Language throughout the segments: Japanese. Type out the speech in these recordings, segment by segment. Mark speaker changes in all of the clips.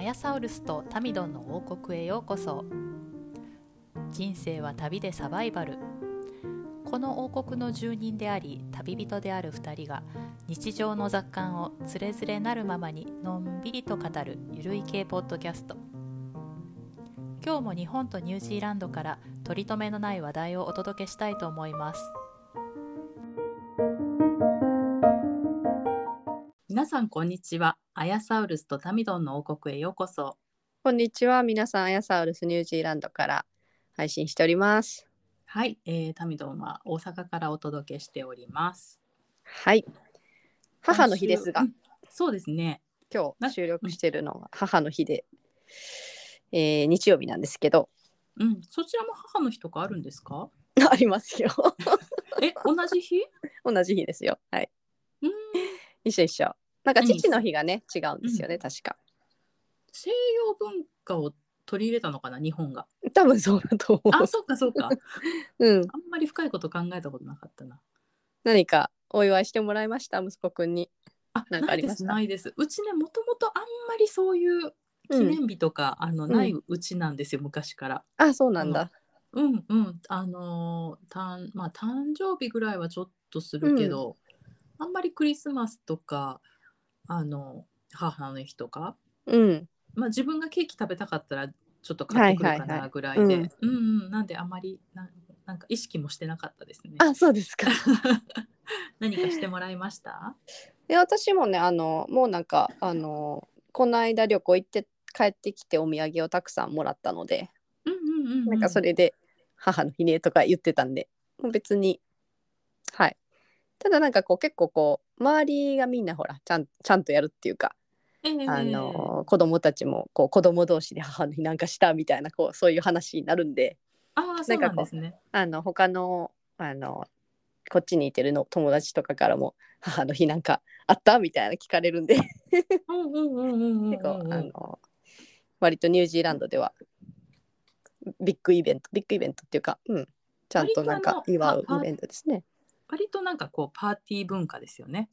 Speaker 1: ヤサウルスとタミドンの王国へようこそ人生は旅でサバイバルこの王国の住人であり旅人である2人が日常の雑感をつれづれなるままにのんびりと語るゆるい系ポッドキャスト今日も日本とニュージーランドから取り留めのない話題をお届けしたいと思います皆さんこんにちはアヤサウルスとタミドンの王国へようこそ
Speaker 2: こんにちは。皆さん、アヤサウルスニュージーランドから配信しております。
Speaker 1: はい、えー、タミドンは大阪からお届けしております
Speaker 2: はい。母の日ですが
Speaker 1: 今、週うんそうですね
Speaker 2: 今
Speaker 1: な
Speaker 2: 日収録してるのが母の日で、えー日曜日なんですけど、
Speaker 1: うん、そちらも母の日とかあるんですか？
Speaker 2: ありますよ。
Speaker 1: え、同じ日？
Speaker 2: 同じ日ですよ。はい。
Speaker 1: うん、
Speaker 2: 一緒一緒。なんか
Speaker 1: 何
Speaker 2: 父の日がね、違うんですよね、確か。
Speaker 1: 西洋文化を取り入れたのかな、日本が。
Speaker 2: 多分そうだと思
Speaker 1: あ、そうかそうか。
Speaker 2: う。
Speaker 1: あ
Speaker 2: うん。
Speaker 1: んまり深いこと考えたことなかったな。
Speaker 2: 何かお祝いしてもらいました、息子くんに。
Speaker 1: あ、
Speaker 2: な
Speaker 1: なん
Speaker 2: かあ
Speaker 1: い
Speaker 2: り
Speaker 1: で
Speaker 2: ますすか
Speaker 1: ないです。うちね、もともとあんまりそういう記
Speaker 2: うん。
Speaker 1: 念日とか、あの
Speaker 2: ん
Speaker 1: ないうちなんですよ、昔から。
Speaker 2: あ、そうなんだ。
Speaker 1: うんうん、あのーたんまあ誕生日ぐらいはちょっとするけど、あんまりクリスマスとかあの母の日とか
Speaker 2: うん。
Speaker 1: まあ、自分がケーキ食べたかったらちょっと買ってくるか
Speaker 2: はいはいは
Speaker 1: ないぐらいで、
Speaker 2: うん
Speaker 1: うんうんなんであまりななんか意識もしてなかったですね。
Speaker 2: あ、そうですか。
Speaker 1: 何かしてもらいました
Speaker 2: で私もねあのもうなんかあのこの間旅行行って帰ってきてお土産をたくさんもらったので、
Speaker 1: うんうんうんうん、
Speaker 2: なんかそれで母の日ねとか言ってたんでもう別にはいただなんかこう結構こう周りがみんなほらちゃんちゃんとやるっていうか、
Speaker 1: ええ
Speaker 2: あの子供たちもこう子供同士で母の日なんかしたみたいなこうそういう話になるんで
Speaker 1: ああそうなんですね。
Speaker 2: あの他のあのこっちにいてるの友達とかからも母の日なんかあったみたいな聞かれるんで
Speaker 1: うんうんうんうんうんうん
Speaker 2: 結構あの割とニュージーランドではビッグイベントビッグイベントっていうか、うん、ちゃんとなんか
Speaker 1: 割とあ
Speaker 2: 祝
Speaker 1: の
Speaker 2: うイベントですね
Speaker 1: 割となんかこうパーティー文化ですよね。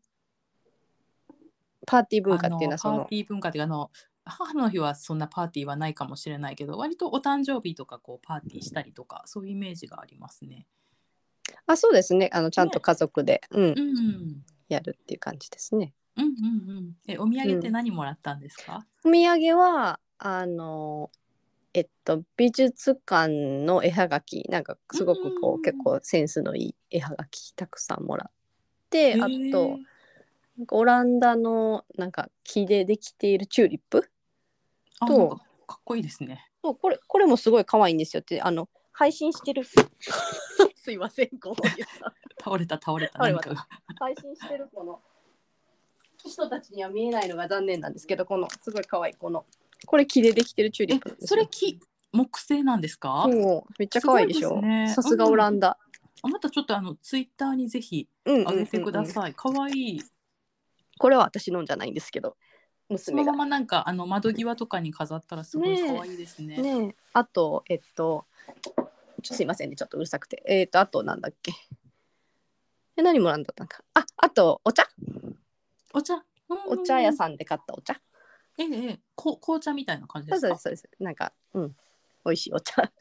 Speaker 2: パーティー文化っていうのはそ
Speaker 1: あパ
Speaker 2: の
Speaker 1: ーティー文化っていうかあの母の日はそんなパーティーはないかもしれないけど割とお誕生日とかこうパーティーしたりとかそういうイメージがありますね。
Speaker 2: あそうですねあのちゃんと家族で、うん
Speaker 1: う、ん
Speaker 2: やるっていう感じですね
Speaker 1: うんうんうん。え、お土産って何もらったんですか。
Speaker 2: お土産はあのえっと美術館の絵はがきなんかすごくこ
Speaker 1: うん
Speaker 2: う結構センスのいい絵はがきたくさんもらってあ
Speaker 1: へえ
Speaker 2: となんかオランダのなんか木でできているチューリップ
Speaker 1: あ、
Speaker 2: と
Speaker 1: なんかかっこいいですね。
Speaker 2: そうこれこれもすごい可愛いんですよってあの配信して るすいませんこう言った
Speaker 1: 倒れた倒れた
Speaker 2: 倒れ
Speaker 1: 何
Speaker 2: まし
Speaker 1: かが。
Speaker 2: 配信してるこの人たちには見えないのが残念なんですけどこのすごい可愛いこのこれ木でできてるチューリ
Speaker 1: え
Speaker 2: ップなん、です
Speaker 1: そ
Speaker 2: よ
Speaker 1: れ木木製なんですか。
Speaker 2: そうめっちゃ可愛いでし
Speaker 1: すごいで
Speaker 2: ょ
Speaker 1: すね
Speaker 2: さすがオランダ、
Speaker 1: あ、またちょっとあのツイッターにぜひ
Speaker 2: うんうんうん
Speaker 1: 上げてくだ
Speaker 2: い
Speaker 1: さい。可、愛、いい。
Speaker 2: これは私のんじゃないんですけど
Speaker 1: そ
Speaker 2: 娘
Speaker 1: の
Speaker 2: が
Speaker 1: ままなんかあの窓際とかに飾ったらすごい
Speaker 2: ねえ
Speaker 1: 可愛いですね。
Speaker 2: ねえあとえっとちょすいませんねちょっとうるさくてえっとあとなんだっけえ何もらうんだったんかああとお茶
Speaker 1: お茶。
Speaker 2: お茶屋
Speaker 1: ん
Speaker 2: さんで買ったお茶
Speaker 1: うんうん。ええええ、こ紅茶みたいな感じ
Speaker 2: そ
Speaker 1: で
Speaker 2: う
Speaker 1: すか。
Speaker 2: そうですそうです。なんか、うん、美味しいお 茶。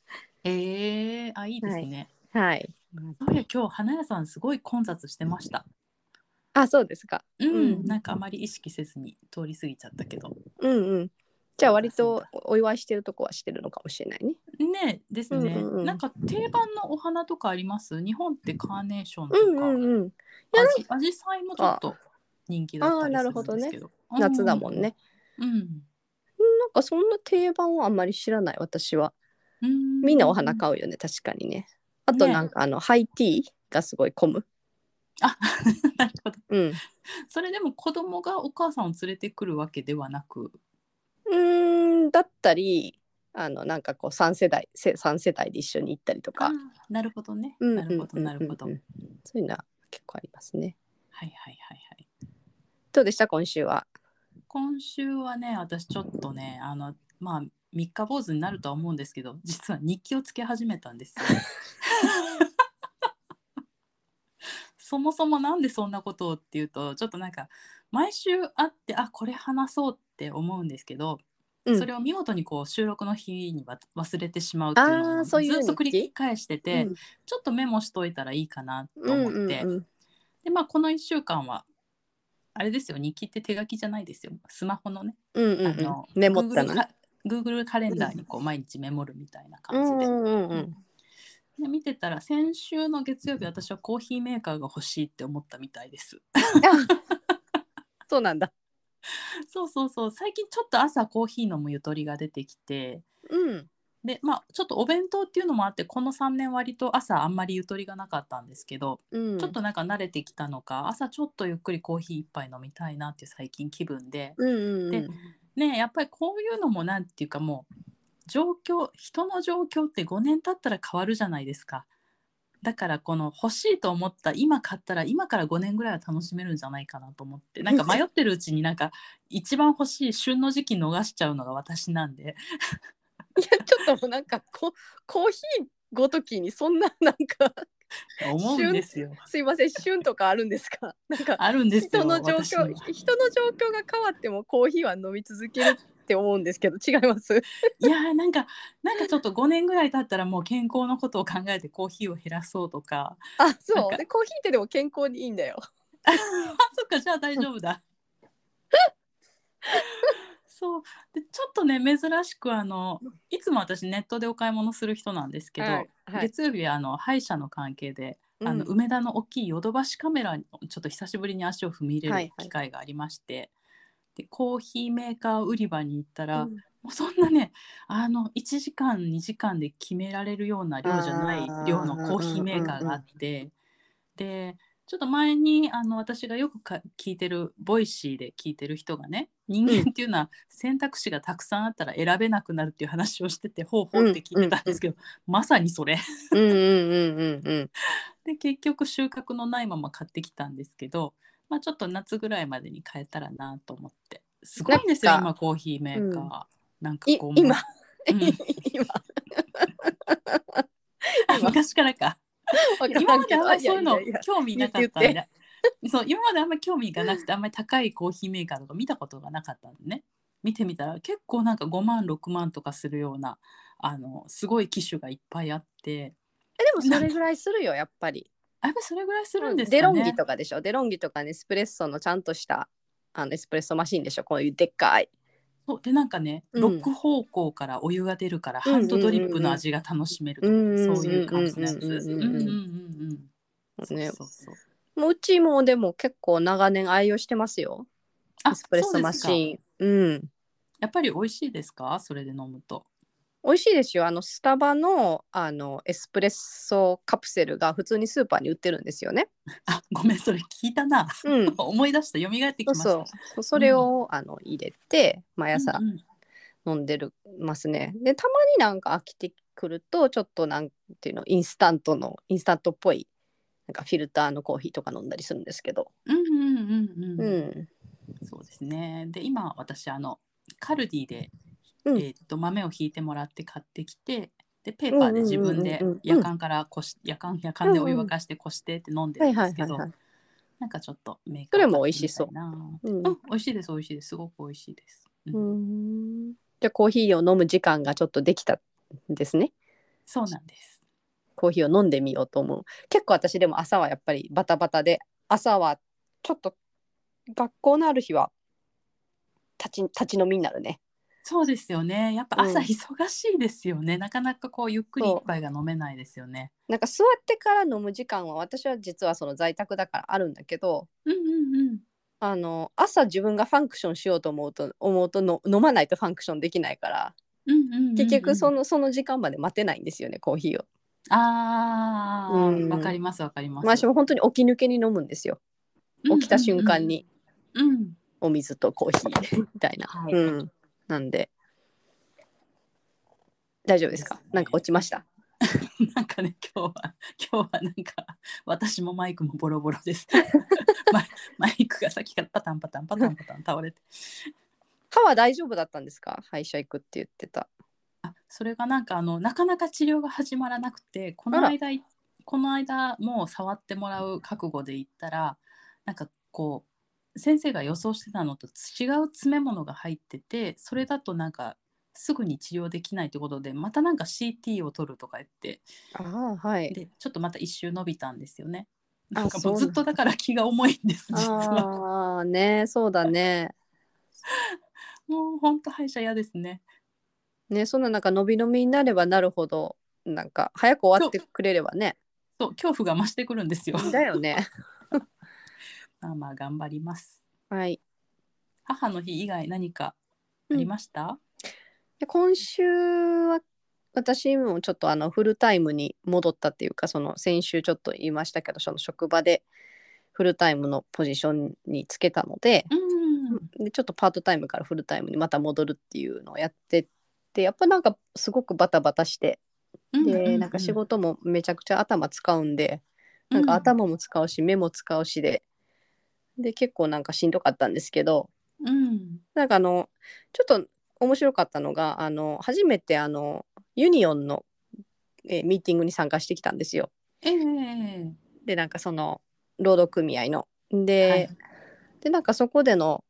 Speaker 1: ええあ、いいですね。
Speaker 2: はい。
Speaker 1: そういや今日花屋さんすごい混雑してました。
Speaker 2: あ、そうですか。
Speaker 1: うん、
Speaker 2: うん
Speaker 1: なんかあまり意識せずに通り過ぎちゃったけど。
Speaker 2: うんうん。じゃあ割とお祝いしてるとこはしてるのかもしれないね。
Speaker 1: ねですね、
Speaker 2: うんうんうん
Speaker 1: なんか定番のお花とかあります日本ってカーネーションと
Speaker 2: うん
Speaker 1: か、
Speaker 2: うんうん。
Speaker 1: アジアジサイもちょっと人気だったり
Speaker 2: あー
Speaker 1: す
Speaker 2: な
Speaker 1: る
Speaker 2: るほど
Speaker 1: んで
Speaker 2: ね
Speaker 1: すけど
Speaker 2: 夏だもんね。
Speaker 1: うん、
Speaker 2: なんかそんな定番はあんまり知らない私は。
Speaker 1: うん、
Speaker 2: みんなお花買うよね、確かにね。あとなんかあの、ハイティーがすごい混む。
Speaker 1: あなるほど
Speaker 2: うん。
Speaker 1: それでも子供がお母さんを連れてくるわけではなく
Speaker 2: うーんだったり、あのなんかこう三世代せ三世代で一緒に行ったりと
Speaker 1: あ
Speaker 2: か。
Speaker 1: ーなるほどね、
Speaker 2: うん
Speaker 1: なるほど
Speaker 2: うんうん
Speaker 1: なるほど、
Speaker 2: うんうんそういうのは結構ありますね。
Speaker 1: はいはいはいはい
Speaker 2: どうでした今週は？
Speaker 1: 今週はね私ちょっとねあのまあ三日坊主になるとは思うんですけど実は日記をつけ始めたんです よそもそもなんでそんなことをっていうとちょっとなんか毎週会ってあこれ話そうって思うんですけど
Speaker 2: うん
Speaker 1: それを見事にこう収録の日には忘れてしまうっていうの
Speaker 2: あ
Speaker 1: を
Speaker 2: ー
Speaker 1: ず
Speaker 2: そういう
Speaker 1: っと繰
Speaker 2: 日
Speaker 1: り返してて、ちょっとメモしといたらいいかな
Speaker 2: うん
Speaker 1: と思って、
Speaker 2: うんうんうん
Speaker 1: でまあこの1週間はあれですよ日記って手書きじゃないですよスマホのね、
Speaker 2: うんうんうん
Speaker 1: あの
Speaker 2: メモったのね
Speaker 1: Google か Google カレンダーにこう毎日メモるみたいな
Speaker 2: う
Speaker 1: 感じ
Speaker 2: ん
Speaker 1: で,、
Speaker 2: うんうん
Speaker 1: で見てたら先週の月曜日私はコーヒーメーカーが欲しいって思ったみたいです。
Speaker 2: そうなんだ
Speaker 1: そうそうそう最近ちょっと朝コーヒー飲むゆとりが出てきて
Speaker 2: うん
Speaker 1: でまあちょっとお弁当っていうのもあってこの3年割と朝あんまりゆとりがなかったんですけど、
Speaker 2: うん
Speaker 1: ちょっとなんか慣れてきたのか朝ちょっとゆっくりコーヒー一杯飲みたいなっていう最近気分で
Speaker 2: うんうんう
Speaker 1: で
Speaker 2: ん
Speaker 1: ねえやっぱりこういうのもなんていうかもう状況人の状況って5年経ったら変わるじゃないですか。だからこの欲しいと思った今買ったら今から5年ぐらいは楽しめるんじゃないかなと思ってなんか迷ってるうちになんか一番欲しい旬の時期逃しちゃうのが私なんで
Speaker 2: いやちょっともうなんかこコーヒーごときにそんな なんか
Speaker 1: 思うんですよ。
Speaker 2: すいません旬とかあるんですかなんか
Speaker 1: あるんですよ
Speaker 2: 人の状況
Speaker 1: 私
Speaker 2: 人
Speaker 1: に
Speaker 2: の
Speaker 1: は
Speaker 2: 状況が変わってもコーヒーは飲み続けるって思うんですけど違います
Speaker 1: いやーなんかなんかちょっと5年ぐらい経ったらもう健康のことを考えてコーヒーを減らそうとか
Speaker 2: あ
Speaker 1: なん
Speaker 2: そう
Speaker 1: か
Speaker 2: でコーヒーってでも健康にいいんだよ
Speaker 1: あそっかじゃあ大丈夫だ。そうでちょっとね珍しくあのいつも私ネットでお買い物する人なんですけど、
Speaker 2: はいはい
Speaker 1: 月曜日はあの歯医者の関係で、
Speaker 2: うん
Speaker 1: あの梅田の大きいヨドバシカメラにちょっと久しぶりに足を踏み入
Speaker 2: は
Speaker 1: れ
Speaker 2: い
Speaker 1: る
Speaker 2: はい
Speaker 1: 機会がありまして、でコーヒーメーカー売り場に行ったら、
Speaker 2: うん
Speaker 1: もうそんなねあの1時間2時間で決められるような量じゃない
Speaker 2: あー
Speaker 1: 量のコーヒーメーカーがあって、でちょっと前にあの私がよくか聞いてるボイシーで聞いてる人がね人間っていうのは選択肢がたくさんあったら選べなくなるっていう話をしてて、ほうほうって聞いてたんですけど、まさにそれ
Speaker 2: うんうんうんうんうん
Speaker 1: で結局収穫のないまま買ってきたんですけど、まあ、ちょっと夏ぐらいまでに変えたらなと思ってすごいんですよ
Speaker 2: なんか
Speaker 1: 今コーヒーメーカー、
Speaker 2: うん
Speaker 1: なんか
Speaker 2: い
Speaker 1: こう
Speaker 2: 今
Speaker 1: うん
Speaker 2: 今
Speaker 1: あ
Speaker 2: 今
Speaker 1: 昔からか
Speaker 2: わからんけど
Speaker 1: 今まであんまりそういうの
Speaker 2: ややや
Speaker 1: 興味なかったん
Speaker 2: 言
Speaker 1: でそう今まであんまり興味がなくてあんまり高いコーヒーメーカーとか見たことがなかったんでね見てみたら結構なんか5万6万とかするようなあのすごい機種がいっぱいあって
Speaker 2: えでもそれぐらいするよやっぱり
Speaker 1: あやっぱりそれぐらいするんですか
Speaker 2: デ
Speaker 1: ね、
Speaker 2: ロンギとかでしょデロンギとかネスプレッソのちゃんとしたあのエスプレッソマシンでしょこういうでっかい
Speaker 1: そうでなんかね、
Speaker 2: うん
Speaker 1: ロック方向からお湯が出るから
Speaker 2: うんうん
Speaker 1: ハンドドリップの味が楽しめるとか、
Speaker 2: うん
Speaker 1: そういう感じのやつ。
Speaker 2: うんうんうんう
Speaker 1: う
Speaker 2: ん
Speaker 1: ん
Speaker 2: ね
Speaker 1: そうそうそう
Speaker 2: もううちもでも結構長年愛用してますよエ
Speaker 1: あ
Speaker 2: スプレッソ
Speaker 1: そう
Speaker 2: マ
Speaker 1: ですか
Speaker 2: シンうん
Speaker 1: やっぱり美味しいですかそれで飲むと。
Speaker 2: 美味しいですよあのスタバのあのエスプレッソカプセルが普通にスーパーに売ってるんですよね
Speaker 1: あ ごめんそれ聞いたな
Speaker 2: うん
Speaker 1: 思い出した蘇ってき
Speaker 2: そ
Speaker 1: ま
Speaker 2: う
Speaker 1: した。
Speaker 2: そうそれを、あの入れて毎朝
Speaker 1: うんうん
Speaker 2: 飲んでるますね。でたまになんか飽きてくるとちょっとなんていうのインスタントのインスタントっぽいなんかフィルターのコーヒーとか飲んだりするんですけど。
Speaker 1: うんうんうん
Speaker 2: う
Speaker 1: うん
Speaker 2: ん。
Speaker 1: そうですねで今私あのカルディで、
Speaker 2: うん
Speaker 1: えーっと豆をひいてもらって買ってきてでペーパーで自分で
Speaker 2: うんうんうんうん
Speaker 1: 夜間からこし夜間夜間でお湯沸かしてこしてって飲んで
Speaker 2: は
Speaker 1: る
Speaker 2: い
Speaker 1: ん
Speaker 2: は
Speaker 1: で
Speaker 2: い
Speaker 1: す
Speaker 2: は
Speaker 1: け
Speaker 2: い
Speaker 1: ど
Speaker 2: はい。
Speaker 1: なんかちょっとメーカー
Speaker 2: それも美味しそう
Speaker 1: 買ってみたいな
Speaker 2: うん
Speaker 1: うん、美味しいです美味しいですすごく美味しいです、うん
Speaker 2: うんじゃあコーヒーを飲む時間がちょっとできたんですね。
Speaker 1: そうなんです
Speaker 2: コーヒーを飲んでみようと思う。結構私でも朝はやっぱりバタバタで朝はちょっと学校のある日は立ち立ち飲みになるね。
Speaker 1: そうですよねやっぱ朝
Speaker 2: うん
Speaker 1: 忙しいですよね、なかなかこうゆっくり
Speaker 2: そう
Speaker 1: 一杯が飲めないですよね
Speaker 2: なんか座ってから飲む時間は私は実はその在宅だからあるんだけど、
Speaker 1: うんうんうん
Speaker 2: あの朝自分がファンクションしようと思うと思うとの飲まないとファンクションできないから
Speaker 1: うんうんうんうん
Speaker 2: 結局その,、その時間まで待てないんですよねコーヒーを。
Speaker 1: ああ、
Speaker 2: うん
Speaker 1: わかりますわかります。
Speaker 2: 私も本当に起き抜けに飲むんですよ
Speaker 1: うん
Speaker 2: 起きた瞬間に。
Speaker 1: うんうんうん
Speaker 2: お水とコーヒーみたいな。
Speaker 1: はい
Speaker 2: うん、なんで大丈夫ですか
Speaker 1: ですね
Speaker 2: なんか落ちました。
Speaker 1: なん かね今日は今日はなんか私もマイクもボロボロです。 ママイクがさっきからパタンパタンパタンパタン倒れて。
Speaker 2: 歯は大丈夫だったんですか歯医者行くって言ってた。
Speaker 1: あそれがなんかあのなかなか治療が始まらなくてこ
Speaker 2: あ
Speaker 1: の
Speaker 2: ら
Speaker 1: 間いこの間もう触ってもらう覚悟で行ったらなんかこう先生が予想してたのと違う詰め物が入っててそれだとなんかすぐに治療できないということでまたなんか CT を取るとか言って
Speaker 2: ああはい
Speaker 1: でちょっとまた一周伸びたんですよね。
Speaker 2: あ
Speaker 1: なんか
Speaker 2: そう
Speaker 1: も
Speaker 2: な
Speaker 1: うんずっとだから気が重いんです実は
Speaker 2: ああねそうだね
Speaker 1: もうほんと歯医者嫌ですね。
Speaker 2: ねそんななんか伸び伸びになればなるほどなんか早く終わってくれればね
Speaker 1: そう恐怖が増してくるんですよ。
Speaker 2: だよね
Speaker 1: まあまあ頑張ります。
Speaker 2: はい
Speaker 1: 母の日以外何かありました、
Speaker 2: で今週は私もちょっとあのフルタイムに戻ったっていうかその先週ちょっと言いましたけどその職場でフルタイムのポジションにつけたので
Speaker 1: うん、
Speaker 2: でちょっとパートタイムからフルタイムにまた戻るっていうのをやってってやっぱなんかすごくバタバタして
Speaker 1: うん
Speaker 2: でなんか仕事もめちゃくちゃ頭使うんでなんか、頭も使うし目も使うしでで結構なんかしんどかったんですけど
Speaker 1: うんうん
Speaker 2: なんかあのちょっと面白かったのがあの初めてあのユニオンの、えーミーティングに参加してきたんですよ。
Speaker 1: ええ
Speaker 2: でなんかその労働組合の。で,、
Speaker 1: はい
Speaker 2: でなんかそこでの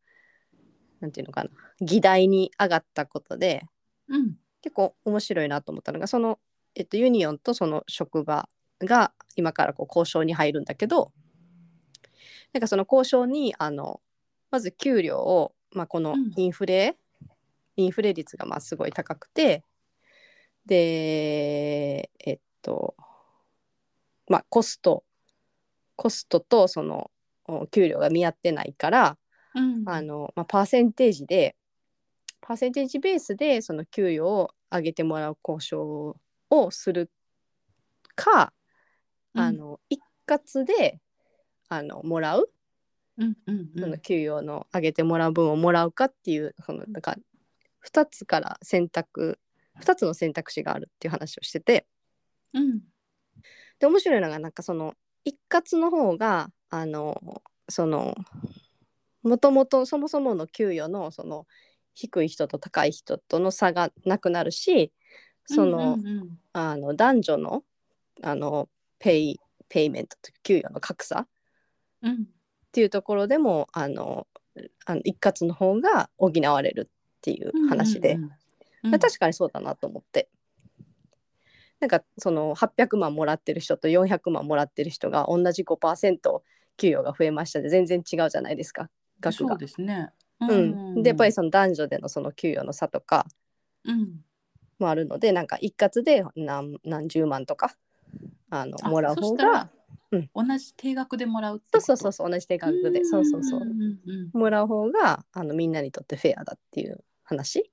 Speaker 2: なんていうのかな議題に上がったことで
Speaker 1: うん
Speaker 2: 結構面白いなと思ったのがその、えっと、ユニオンとその職場が今からこう交渉に入るんだけどなんかその交渉にあのまず給料を、まあ、この
Speaker 1: うん
Speaker 2: インフレ、インフレ率がまあすごい高くてでえっとまあコストコストとそのお給料が見合ってないから、
Speaker 1: うん
Speaker 2: あの、まあ、パーセンテージでパーセンテージベースでその給与を上げてもらう交渉をするか、あの一括であのもらう
Speaker 1: うんうんう
Speaker 2: その
Speaker 1: ん
Speaker 2: 給与の上げてもらう分をもらうかっていうそのだから2つから選択2つの選択肢があるっていう話をしてて
Speaker 1: うん
Speaker 2: で面白いのがなんかその一括の方があのそのもともとそもそもの給与のその低い人と高い人との差がなくなるしその,、
Speaker 1: うんうん
Speaker 2: あの男女のあのペイペイメントというか給与の格差っ
Speaker 1: うん
Speaker 2: ていうところでもあのあの一括の方が補われるっていう話で、
Speaker 1: うんうん
Speaker 2: まあ確かにそうだなと思って。なんかその800万もらってる人と400万もらってる人が同じ5%給与が増えましたで全然違うじゃないですか額
Speaker 1: そ
Speaker 2: が
Speaker 1: う。ですね。
Speaker 2: うん、でやっぱりその男女でのその給与の差とか
Speaker 1: うん
Speaker 2: もあるのでなんか一括で何何十万とかあの
Speaker 1: あ
Speaker 2: もらう
Speaker 1: そ
Speaker 2: 方
Speaker 1: したら
Speaker 2: がうん
Speaker 1: 同じ定額でもらうってこ
Speaker 2: そう
Speaker 1: と
Speaker 2: そうそうそう同じ定額でそうそうそう
Speaker 1: ん
Speaker 2: ん
Speaker 1: うん
Speaker 2: もらう方があのみんなにとってフェアだっていう話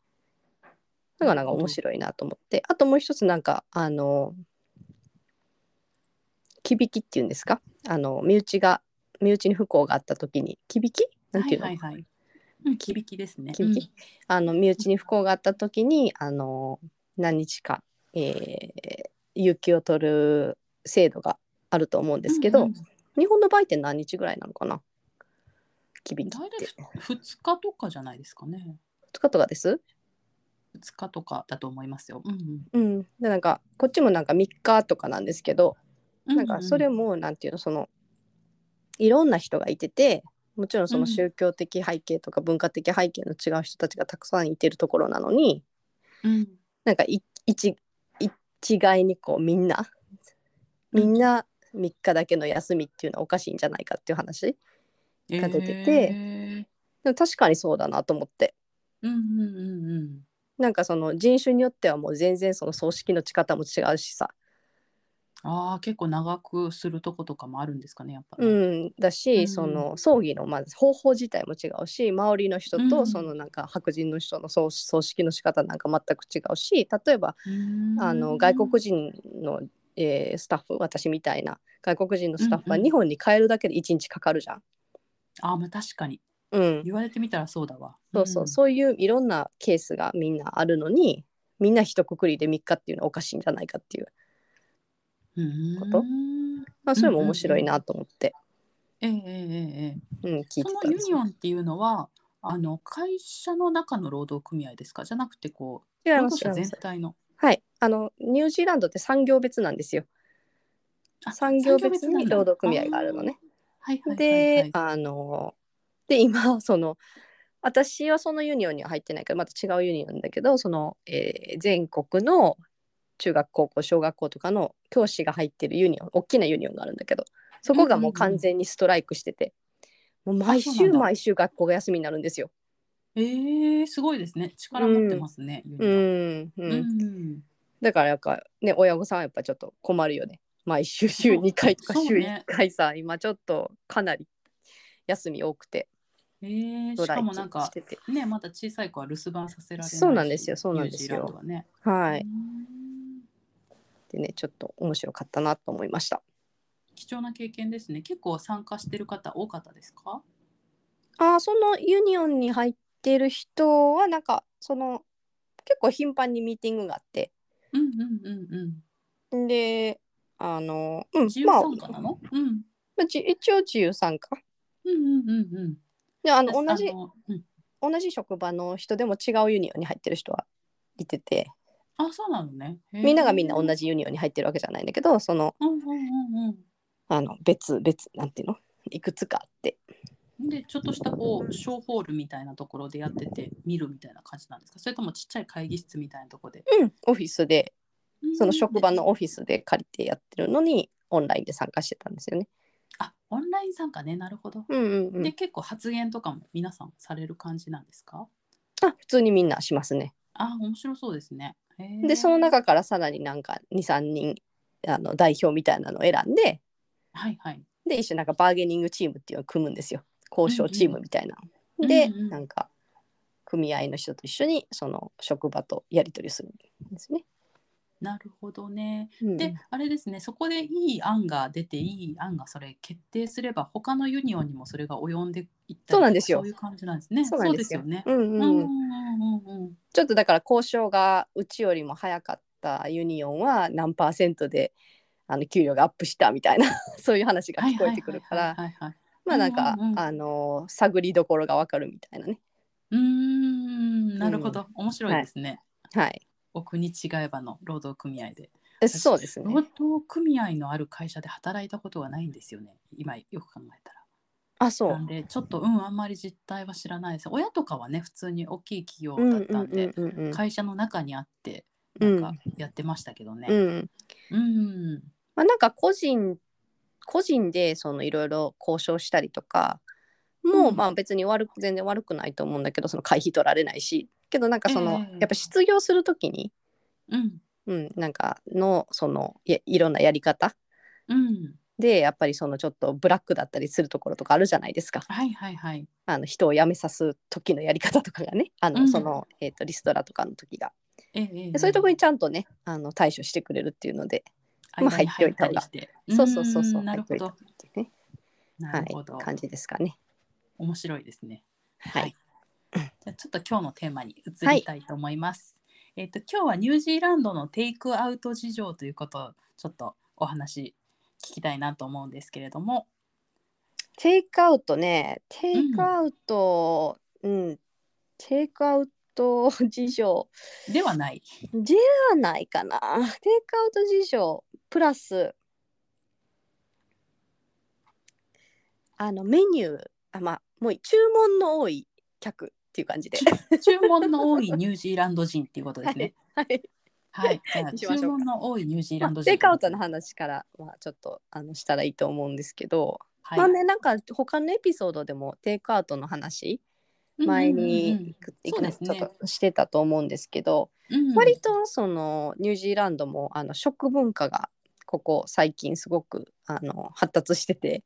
Speaker 2: だからなんか面白いなと思ってあともう一つなんかあのきびきっていうんですかあの身内が身内に不幸があった時にきびきなんていうの、
Speaker 1: はいはいはい。うん、きびきですね。
Speaker 2: きびきあの身内に不幸があった時にあの何日か、えー有給を取る制度があると思うん
Speaker 1: で
Speaker 2: ですけど、日本の場合って何日ぐらいなのかなきびきっ
Speaker 1: 大
Speaker 2: て
Speaker 1: 体ふ2日とかじゃないですかね。
Speaker 2: とかとかです
Speaker 1: 2日とかだと思いますよ。うん
Speaker 2: うん、でなんかこっちもなんか3日とかなんですけど、
Speaker 1: うん、
Speaker 2: なんかそれ
Speaker 1: も、
Speaker 2: もなんていうのそのいろんな人がいててもちろんその宗教的背景とか文化的背景の違う人たちがたくさんいてるところなのに
Speaker 1: うん
Speaker 2: なんかい一一概にこうみんなみんな3日だけの休みっていうのはおかしいんじゃないかっていう話が出てて
Speaker 1: えー
Speaker 2: でも確かにそうだなと思って
Speaker 1: うんうんうんうん。
Speaker 2: なんかその人種によってはもう全然その葬式の仕方も違うしさ
Speaker 1: ああ結構長くするとことかもあるんですかねやっぱね、
Speaker 2: うん、だし、
Speaker 1: うん
Speaker 2: その葬儀のまず方法自体も違うしマオリの人と、
Speaker 1: うん
Speaker 2: そのなんか白人の人の葬葬式の仕方なんか全く違うし例えば
Speaker 1: うん
Speaker 2: あの外国人の、えースタッフ私みたいな外国人のスタッフは
Speaker 1: うんうん
Speaker 2: 日本に帰るだけで1日かかるじゃん。
Speaker 1: あーまあ確かに
Speaker 2: うん、
Speaker 1: 言われてみたらそうだわ。
Speaker 2: そうそうそういういろんなケースがみんなあるのにみんな一括りで3日っていうのはおかしいんじゃないかっていう、
Speaker 1: うん。うん、
Speaker 2: ことまあ、それも面白いなと思って、
Speaker 1: ええええええ。
Speaker 2: うん聞いて
Speaker 1: その
Speaker 2: たん
Speaker 1: ユ
Speaker 2: です
Speaker 1: ニオンっていうのはあの会社の中の労働組合ですかじゃなくてこう
Speaker 2: 違い
Speaker 1: 労
Speaker 2: ま
Speaker 1: 働
Speaker 2: す
Speaker 1: 者
Speaker 2: 違いま
Speaker 1: 全
Speaker 2: す
Speaker 1: 体の
Speaker 2: はい、あのニュージーランドって産業別なんですよ。
Speaker 1: あ
Speaker 2: 産業別に労働組合があるのね。
Speaker 1: 産業別なんだ。あーはいはいはいはい、
Speaker 2: で、あので今その 私はそのユニオンには入ってないからまた違うユニオンだけどその、えー全国の中学高校小学校とかの教師が入ってるユニオン大きなユニオンがあるんだけどそこがもう完全にストライクしてて、もう毎
Speaker 1: あそう
Speaker 2: 週
Speaker 1: なんだ
Speaker 2: 毎週学校が休みになるんですよ。
Speaker 1: えー、すごいですね。力持ってますね。ゆり
Speaker 2: う
Speaker 1: は
Speaker 2: ん、う
Speaker 1: うんん。
Speaker 2: だからやっぱね親御さんはやっぱちょっと困るよね毎週週2回とか
Speaker 1: そう
Speaker 2: 週
Speaker 1: ね
Speaker 2: 1回さ、今ちょっとかなり休み多くて
Speaker 1: えー、
Speaker 2: ド
Speaker 1: し
Speaker 2: ラ
Speaker 1: か
Speaker 2: イ
Speaker 1: も
Speaker 2: キ
Speaker 1: なん
Speaker 2: し
Speaker 1: か
Speaker 2: てて
Speaker 1: ねまだ小さい子は留守番させられないし
Speaker 2: そうなんですよそうなんですよ
Speaker 1: ニュージーランドはね。
Speaker 2: はい
Speaker 1: うん
Speaker 2: でねちょっと面白かったなと思いました
Speaker 1: 貴重な経験ですね。結構参加してる方多かったですか？
Speaker 2: あーそのユニオンに入ってる人はなんかその結構頻繁にミーティングがあって
Speaker 1: うんうんうんうん。
Speaker 2: であのうん
Speaker 1: 自由
Speaker 2: まあ
Speaker 1: 参加なの？うんうん
Speaker 2: まあじ一応自由参加
Speaker 1: うんうんうん。
Speaker 2: であの同じ
Speaker 1: あのうん
Speaker 2: 同じ職場の人でも違うユニオンに入ってる人はいてて
Speaker 1: あそうなのね。
Speaker 2: みんながみんな同
Speaker 1: じ。
Speaker 2: じユニオンに入ってるわけじゃないんだけどその
Speaker 1: うんうんうん
Speaker 2: あの別別なんていうのいくつかあって
Speaker 1: うん。でちょっとしたこうショーホールみたいなところでやってて見るみたいな感じなんですか？それともちっちゃい会議室みたいなところで。
Speaker 2: うんオフィスでその職場
Speaker 1: うん
Speaker 2: のオフィスで借りてやってるのにオンラインで参加してたんですよね。
Speaker 1: あオンライン参加ねなるほど。
Speaker 2: うんうんう
Speaker 1: で
Speaker 2: ん、
Speaker 1: 結構発言とかも皆さんされる感じなんですか
Speaker 2: あ普通にみんなしますね。
Speaker 1: あ面白そうですね。へー
Speaker 2: でその中からさらになんか23人あの代表みたいなのを選んで
Speaker 1: はいはい。
Speaker 2: で一緒になんかバーゲニングチームっていうのを組むんですよ交渉チームみたいな。で、
Speaker 1: うんうん
Speaker 2: なんか組合の人と一緒にその職場とやり取りするんですね。
Speaker 1: なるほどね。
Speaker 2: うん
Speaker 1: で、あれですねそこでいい案が出ていい案がそれ決定すれば他のユニオンにもそれが及んでいったりとか
Speaker 2: そうなんですよ
Speaker 1: そういう感じなんですね。
Speaker 2: そうなんですよ
Speaker 1: そうね。
Speaker 2: うん
Speaker 1: うん
Speaker 2: う
Speaker 1: うん
Speaker 2: ん
Speaker 1: うんうん。
Speaker 2: ちょっとだから交渉がうちよりも早かったユニオンは何パーセントであの給料がアップしたみたいな そういう話が聞こえてくるか
Speaker 1: はい
Speaker 2: ら
Speaker 1: はいはいはいはいはい。
Speaker 2: まあなんか、
Speaker 1: うんうんうん
Speaker 2: あのー探りどころがわかるみたいなね
Speaker 1: うーんなるほど面白いですね。
Speaker 2: はい
Speaker 1: お国違えばの労働組合で。
Speaker 2: えそうです
Speaker 1: 労
Speaker 2: ね
Speaker 1: 働組合のある会社で働いたことがないんですよね今よく考えたら。
Speaker 2: あそ
Speaker 1: なん
Speaker 2: う
Speaker 1: でちょっとうんあんまり実態は知らないです親とかはね普通に大きい企業だったんで、
Speaker 2: うんうんうん
Speaker 1: 会社の中にあって
Speaker 2: う
Speaker 1: なんんかやってましたけどね
Speaker 2: う。んうん
Speaker 1: うん、
Speaker 2: まあなんか個人個人でそのいろいろ交渉したりとかもう
Speaker 1: うん
Speaker 2: まあ別に悪く全然悪くないと思うんだけどその会費取られないしけどなんかその、
Speaker 1: ええ
Speaker 2: やっぱ失業するときに
Speaker 1: うん、
Speaker 2: うん、なんかのそのいやいろんなやり方
Speaker 1: うん、
Speaker 2: でやっぱりそのちょっとブラックだったりするところとかあるじゃないですか
Speaker 1: はいはいはい。
Speaker 2: あの人を辞めさす時のやり方とかが ねあの、
Speaker 1: うん
Speaker 2: その、えー、とリストラとかの時が
Speaker 1: ええ
Speaker 2: でそういうところに
Speaker 1: ち
Speaker 2: ちゃんとねあの対処してくれるっていうので、
Speaker 1: ょ
Speaker 2: まあ入っておいた方が
Speaker 1: て
Speaker 2: そうそうそうそ
Speaker 1: ん
Speaker 2: う
Speaker 1: なるほ
Speaker 2: 入
Speaker 1: ど
Speaker 2: っ。といたっていうね
Speaker 1: な
Speaker 2: は
Speaker 1: るほど。
Speaker 2: い感じですかね
Speaker 1: 面白いですね。
Speaker 2: はい、
Speaker 1: はいじゃあちょっと今日のテーマに移りたいと思います。えっ、と今日はニュージーランドのテイクアウト事情ということをちょっとお話聞きたいなと思うんですけれども、
Speaker 2: テイクアウトねテイクアウトうん、テイクアウト事情
Speaker 1: ではない。
Speaker 2: ではないかなテイクアウト事情プラスあのメニューあまあもう注文の多い客っていう感じで、
Speaker 1: 注文の多いニュージーランド人っていうことですね。
Speaker 2: はい
Speaker 1: はい。じゃあ
Speaker 2: しまし
Speaker 1: 注
Speaker 2: ょうか
Speaker 1: 文の多いニュージー
Speaker 2: ま
Speaker 1: ラ
Speaker 2: あ
Speaker 1: ンド人。
Speaker 2: テイクアウトの話から、まあ、ちょっとあのしたらいいと思うんですけど、
Speaker 1: はい
Speaker 2: まあねなんか他のエピソードでもテイクアウトの話前
Speaker 1: うんうんうんうん
Speaker 2: にいくい
Speaker 1: そう
Speaker 2: く
Speaker 1: で
Speaker 2: つ
Speaker 1: す
Speaker 2: か
Speaker 1: ね
Speaker 2: ちょっとしてたと思うんですけど
Speaker 1: うん
Speaker 2: 割とそのニュージーランドもあの食文化がここ最近すごくあの発達してて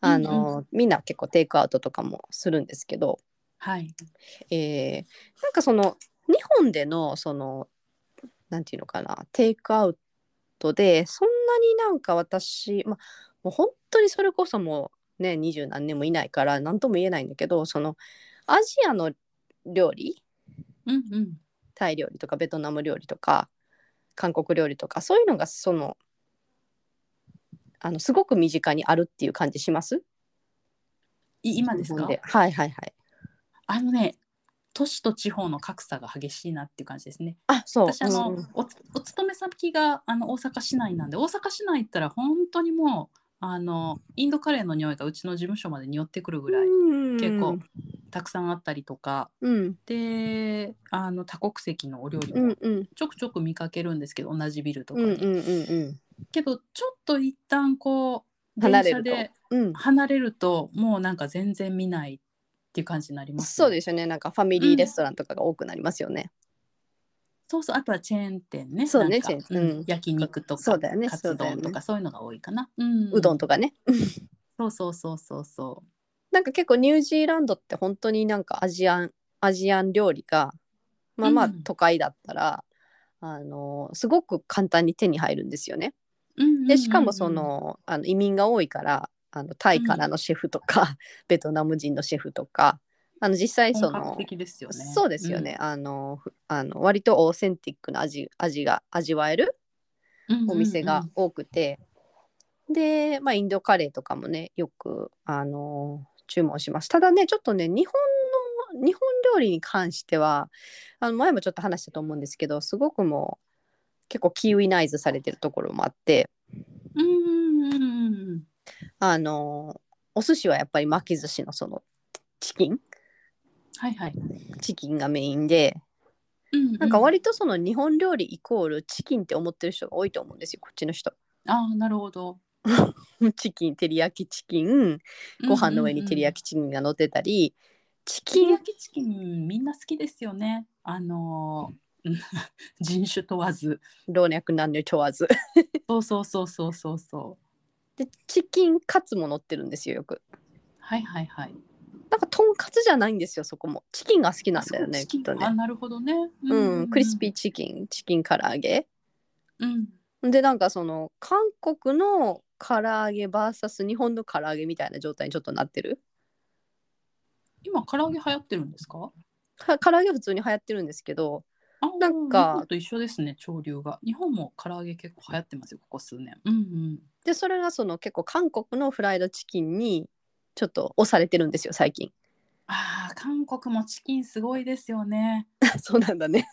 Speaker 2: あの、
Speaker 1: うん
Speaker 2: みんな結構テイクアウトとかもするんですけど、
Speaker 1: はい。
Speaker 2: えーなんかその日本でのそのなんていうのかなテイクアウトでそんなになんか私、ま、もう本当にそれこそもうね二十何年もいないから何とも言えないんだけどそのアジアの料理
Speaker 1: うんうん。
Speaker 2: タイ料理とかベトナム料理とか韓国料理とかそういうのがそのあのすごく身近にあるっていう感じします
Speaker 1: い今です
Speaker 2: 日
Speaker 1: か
Speaker 2: 本。はいはいはい
Speaker 1: あのね、都市と地方の格差が激しいなっていう感じですね。
Speaker 2: あそう
Speaker 1: 私あの、
Speaker 2: うん
Speaker 1: おお勤め先があの大阪市内なんで、大阪市内行ったら本当にもうあのインドカレーの匂いがうちの事務所まで匂ってくるぐらい
Speaker 2: うん
Speaker 1: 結構たくさんあったりとか
Speaker 2: うん
Speaker 1: であの多国籍のお料理
Speaker 2: う
Speaker 1: も
Speaker 2: んうん
Speaker 1: ちょくちょく見かけるんですけど同じビルとか
Speaker 2: う
Speaker 1: に、
Speaker 2: んうんうん
Speaker 1: けどちょっと一旦こう
Speaker 2: 離
Speaker 1: 電
Speaker 2: れ
Speaker 1: 車
Speaker 2: ると
Speaker 1: で
Speaker 2: うん
Speaker 1: 離れるともうなんか全然見ないっていう感じになりますね、
Speaker 2: そうですよねなんかファミリーレストランとかが多くなりますよね、
Speaker 1: そうそうあとはチェーン店ね
Speaker 2: そう
Speaker 1: な
Speaker 2: ね
Speaker 1: んか
Speaker 2: チェーン店うん
Speaker 1: 焼肉とか
Speaker 2: そうだよね
Speaker 1: カ
Speaker 2: そう
Speaker 1: ツ
Speaker 2: だよ
Speaker 1: 丼
Speaker 2: ね
Speaker 1: とかそういうのが多いかなうん
Speaker 2: うどんとかね
Speaker 1: そうそうそうそうそう
Speaker 2: なんか結構ニュージーランドって本当になんかアジアンアジアン料理がまあまあ
Speaker 1: うん
Speaker 2: 都会だったら、あのすごく簡単に手に入るんですよね。
Speaker 1: うんうんうんうん
Speaker 2: でしかもその,、あの移民が多いからあのタイからのシェフとか、 ベトナム人のシェフとかあの実際そ
Speaker 1: 本格
Speaker 2: の、
Speaker 1: 的ですよね
Speaker 2: そうですよね、あのふあの割とオーセンティックな味味が味わえる
Speaker 1: うん
Speaker 2: お店が多くて、で、まあ、インドカレーとかもねよく、あのー注文しますただねちょっとね日本の日本料理に関してはあの前もちょっと話したと思うんですけどすごくもう結構キウイナイズされてるところもあって、
Speaker 1: うんうんうんうんうん
Speaker 2: あのーお寿司はやっぱり巻き寿司のそのチキン
Speaker 1: はいはい
Speaker 2: チキンがメインで
Speaker 1: な
Speaker 2: なんか割とその日本料理イコールチキンって思ってる人が多いと思うんですよこっちの人。
Speaker 1: ああなるほど
Speaker 2: チキン照り焼きチキンご飯の上に照り
Speaker 1: き
Speaker 2: 焼きチキンが乗ってたり、チ
Speaker 1: 照
Speaker 2: キ
Speaker 1: り
Speaker 2: ン
Speaker 1: 焼きチキンみんな好きですよね。あのー 人種問わず。
Speaker 2: 老若男女問わず
Speaker 1: そうそうそうそうそうそう。
Speaker 2: でチキンカツも乗ってるんですよよく
Speaker 1: はいはいはい。
Speaker 2: なんかとんかつじゃないんですよそこもチキンが好きなんだよ
Speaker 1: あ
Speaker 2: ね
Speaker 1: そう
Speaker 2: き
Speaker 1: チ
Speaker 2: っ
Speaker 1: キ
Speaker 2: と
Speaker 1: ンあ
Speaker 2: ね
Speaker 1: なるほどね。う
Speaker 2: うんクリスピー。チキンチキン唐揚げ
Speaker 1: うん。
Speaker 2: でなんかその韓国の唐揚げ VS 日本の唐揚げみたいな状態にちょっとなってる
Speaker 1: 今唐揚げ流行ってるんですか？
Speaker 2: か唐揚げ普通に流行ってるんですけど
Speaker 1: あー
Speaker 2: なん
Speaker 1: 日
Speaker 2: か
Speaker 1: 本と一緒ですね潮流が。日本も唐揚げ結構流行ってますよここ数年。うんうん。
Speaker 2: でそれがその結構韓国のフライドチキンにちょっと押されてるんですよ最近
Speaker 1: ああ韓国もチキンすごいですよね。
Speaker 2: そうなんだね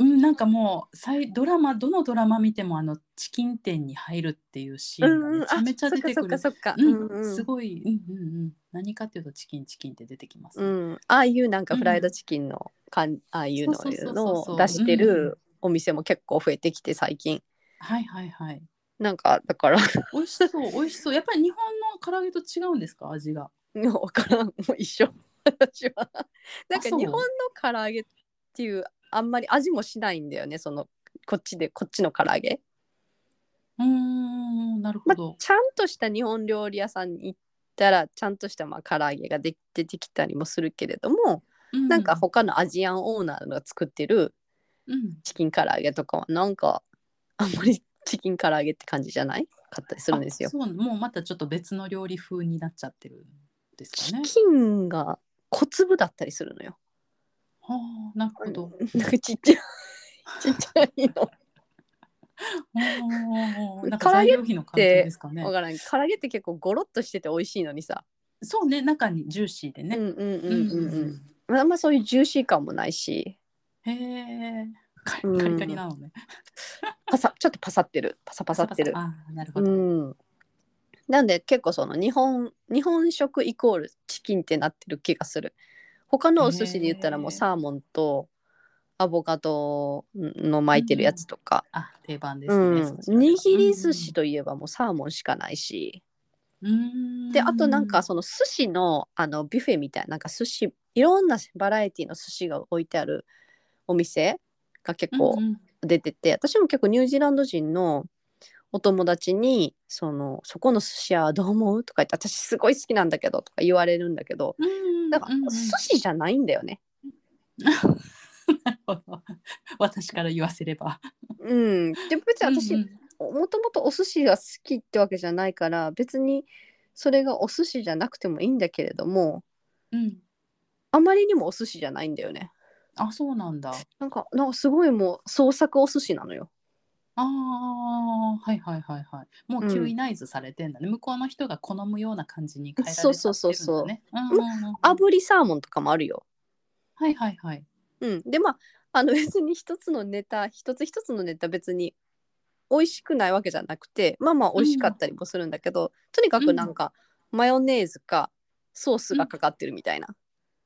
Speaker 1: うんなんかもうさいドラマどのドラマ見てもあのチキン店に入るっていうシーンがめちゃめちゃ出てくる。
Speaker 2: あそっかそっかそっか、
Speaker 1: うん
Speaker 2: うんうん
Speaker 1: すごい、うんうんうん、何かっていうとチキンチキンって出てきます、
Speaker 2: う
Speaker 1: ね
Speaker 2: ん、ああいうなんかフライドチキンのかん、ああいうの
Speaker 1: そうそうそうそうそ
Speaker 2: の
Speaker 1: う
Speaker 2: を出して
Speaker 1: うんうん
Speaker 2: るお店も結構増えてきて最近
Speaker 1: はいはいはい
Speaker 2: なんかだから
Speaker 1: 美味しそう美味しそうやっぱり日本の唐揚げと違うんですか味が
Speaker 2: 分からんもう一緒私は なんか
Speaker 1: そう
Speaker 2: 日本の唐揚げっていうあんまり味もしないんだよねそのこっちでこっちの唐揚げ、
Speaker 1: うーんなるほ
Speaker 2: まあ
Speaker 1: ど、
Speaker 2: ちゃんとした日本料理屋さんに行ったらちゃんとしたまあ唐揚げがで出てきたりもするけれども、
Speaker 1: う
Speaker 2: なんか他のアジアンオーナーが作ってる
Speaker 1: うん
Speaker 2: チキン唐揚げとかはなんかあんまり チキン唐揚げって感じじゃないかったりするんですよ
Speaker 1: あ。そうもうまたちょっと別の料理風になっちゃってるんです
Speaker 2: チ
Speaker 1: かね
Speaker 2: キンが小粒だったりするのよ。
Speaker 1: はあなるほど
Speaker 2: なんかちっちゃい ちっちゃいの。
Speaker 1: おーなんか
Speaker 2: 唐揚
Speaker 1: 材
Speaker 2: げ
Speaker 1: 料費の関係ですか
Speaker 2: わ
Speaker 1: ね
Speaker 2: からん。唐揚げって結構ゴロっとしてて美味しいのにさ。
Speaker 1: そうね中にジューシーで
Speaker 2: うん
Speaker 1: ね、
Speaker 2: うん
Speaker 1: う
Speaker 2: うんうんうん。あんまそういうジューシー感もないし、
Speaker 1: へえカ
Speaker 2: うん
Speaker 1: リカリカリなのね、
Speaker 2: パサちょっとパサってる。パサパサってる。
Speaker 1: あーなるほ
Speaker 2: う
Speaker 1: ど、
Speaker 2: ん。なんで結構その日本日本食イコールチキンってなってる気がする他のお寿司で言ったらもう
Speaker 1: へー
Speaker 2: サーモンとアボカドの巻いてるやつとか、
Speaker 1: あ定番で
Speaker 2: う
Speaker 1: すね、
Speaker 2: ん
Speaker 1: そちらでは
Speaker 2: 握り寿司といえばもうサーモンしかないし、で
Speaker 1: で
Speaker 2: あとなんかその寿司のあのビュッフェみたいななんか寿司いろんなバラエティの寿司が置いてあるお店が結構
Speaker 1: うんうん
Speaker 2: 出てて私も結構ニュージーランド人のお友達にその「そこの寿司屋はどう思う?」とか言って「私すごい好きなんだけど」とか言われるんだけど
Speaker 1: うんうん
Speaker 2: なんか
Speaker 1: うんうん
Speaker 2: 寿司じゃないんだよね。
Speaker 1: なるほど私から言わせれば
Speaker 2: うん、で別に私
Speaker 1: うんう
Speaker 2: も
Speaker 1: ん
Speaker 2: ともとお寿司が好きってわけじゃないから別にそれがお寿司じゃなくてもいいんだけれども
Speaker 1: うん
Speaker 2: あまりにもお寿司じゃないんだよね。
Speaker 1: あそうなんだ
Speaker 2: なんかなんかすごいもう創作お寿司なのよ。
Speaker 1: あーはいはいはいはいもうキュイナイズされてんだね、向こうの人が好むような感じに変えられちゃってるんだね
Speaker 2: そうそうそうそう
Speaker 1: うんうんうん
Speaker 2: 炙りサーモンとかもあるよ。
Speaker 1: はいはいはい
Speaker 2: うん、でまああの別に一つのネタ 一つ一つのネタ別に美味しくないわけじゃなくてまあまあ美味しかったりもするんだけど、とにかくなんかマヨネーズかソースがかかってるみたいな、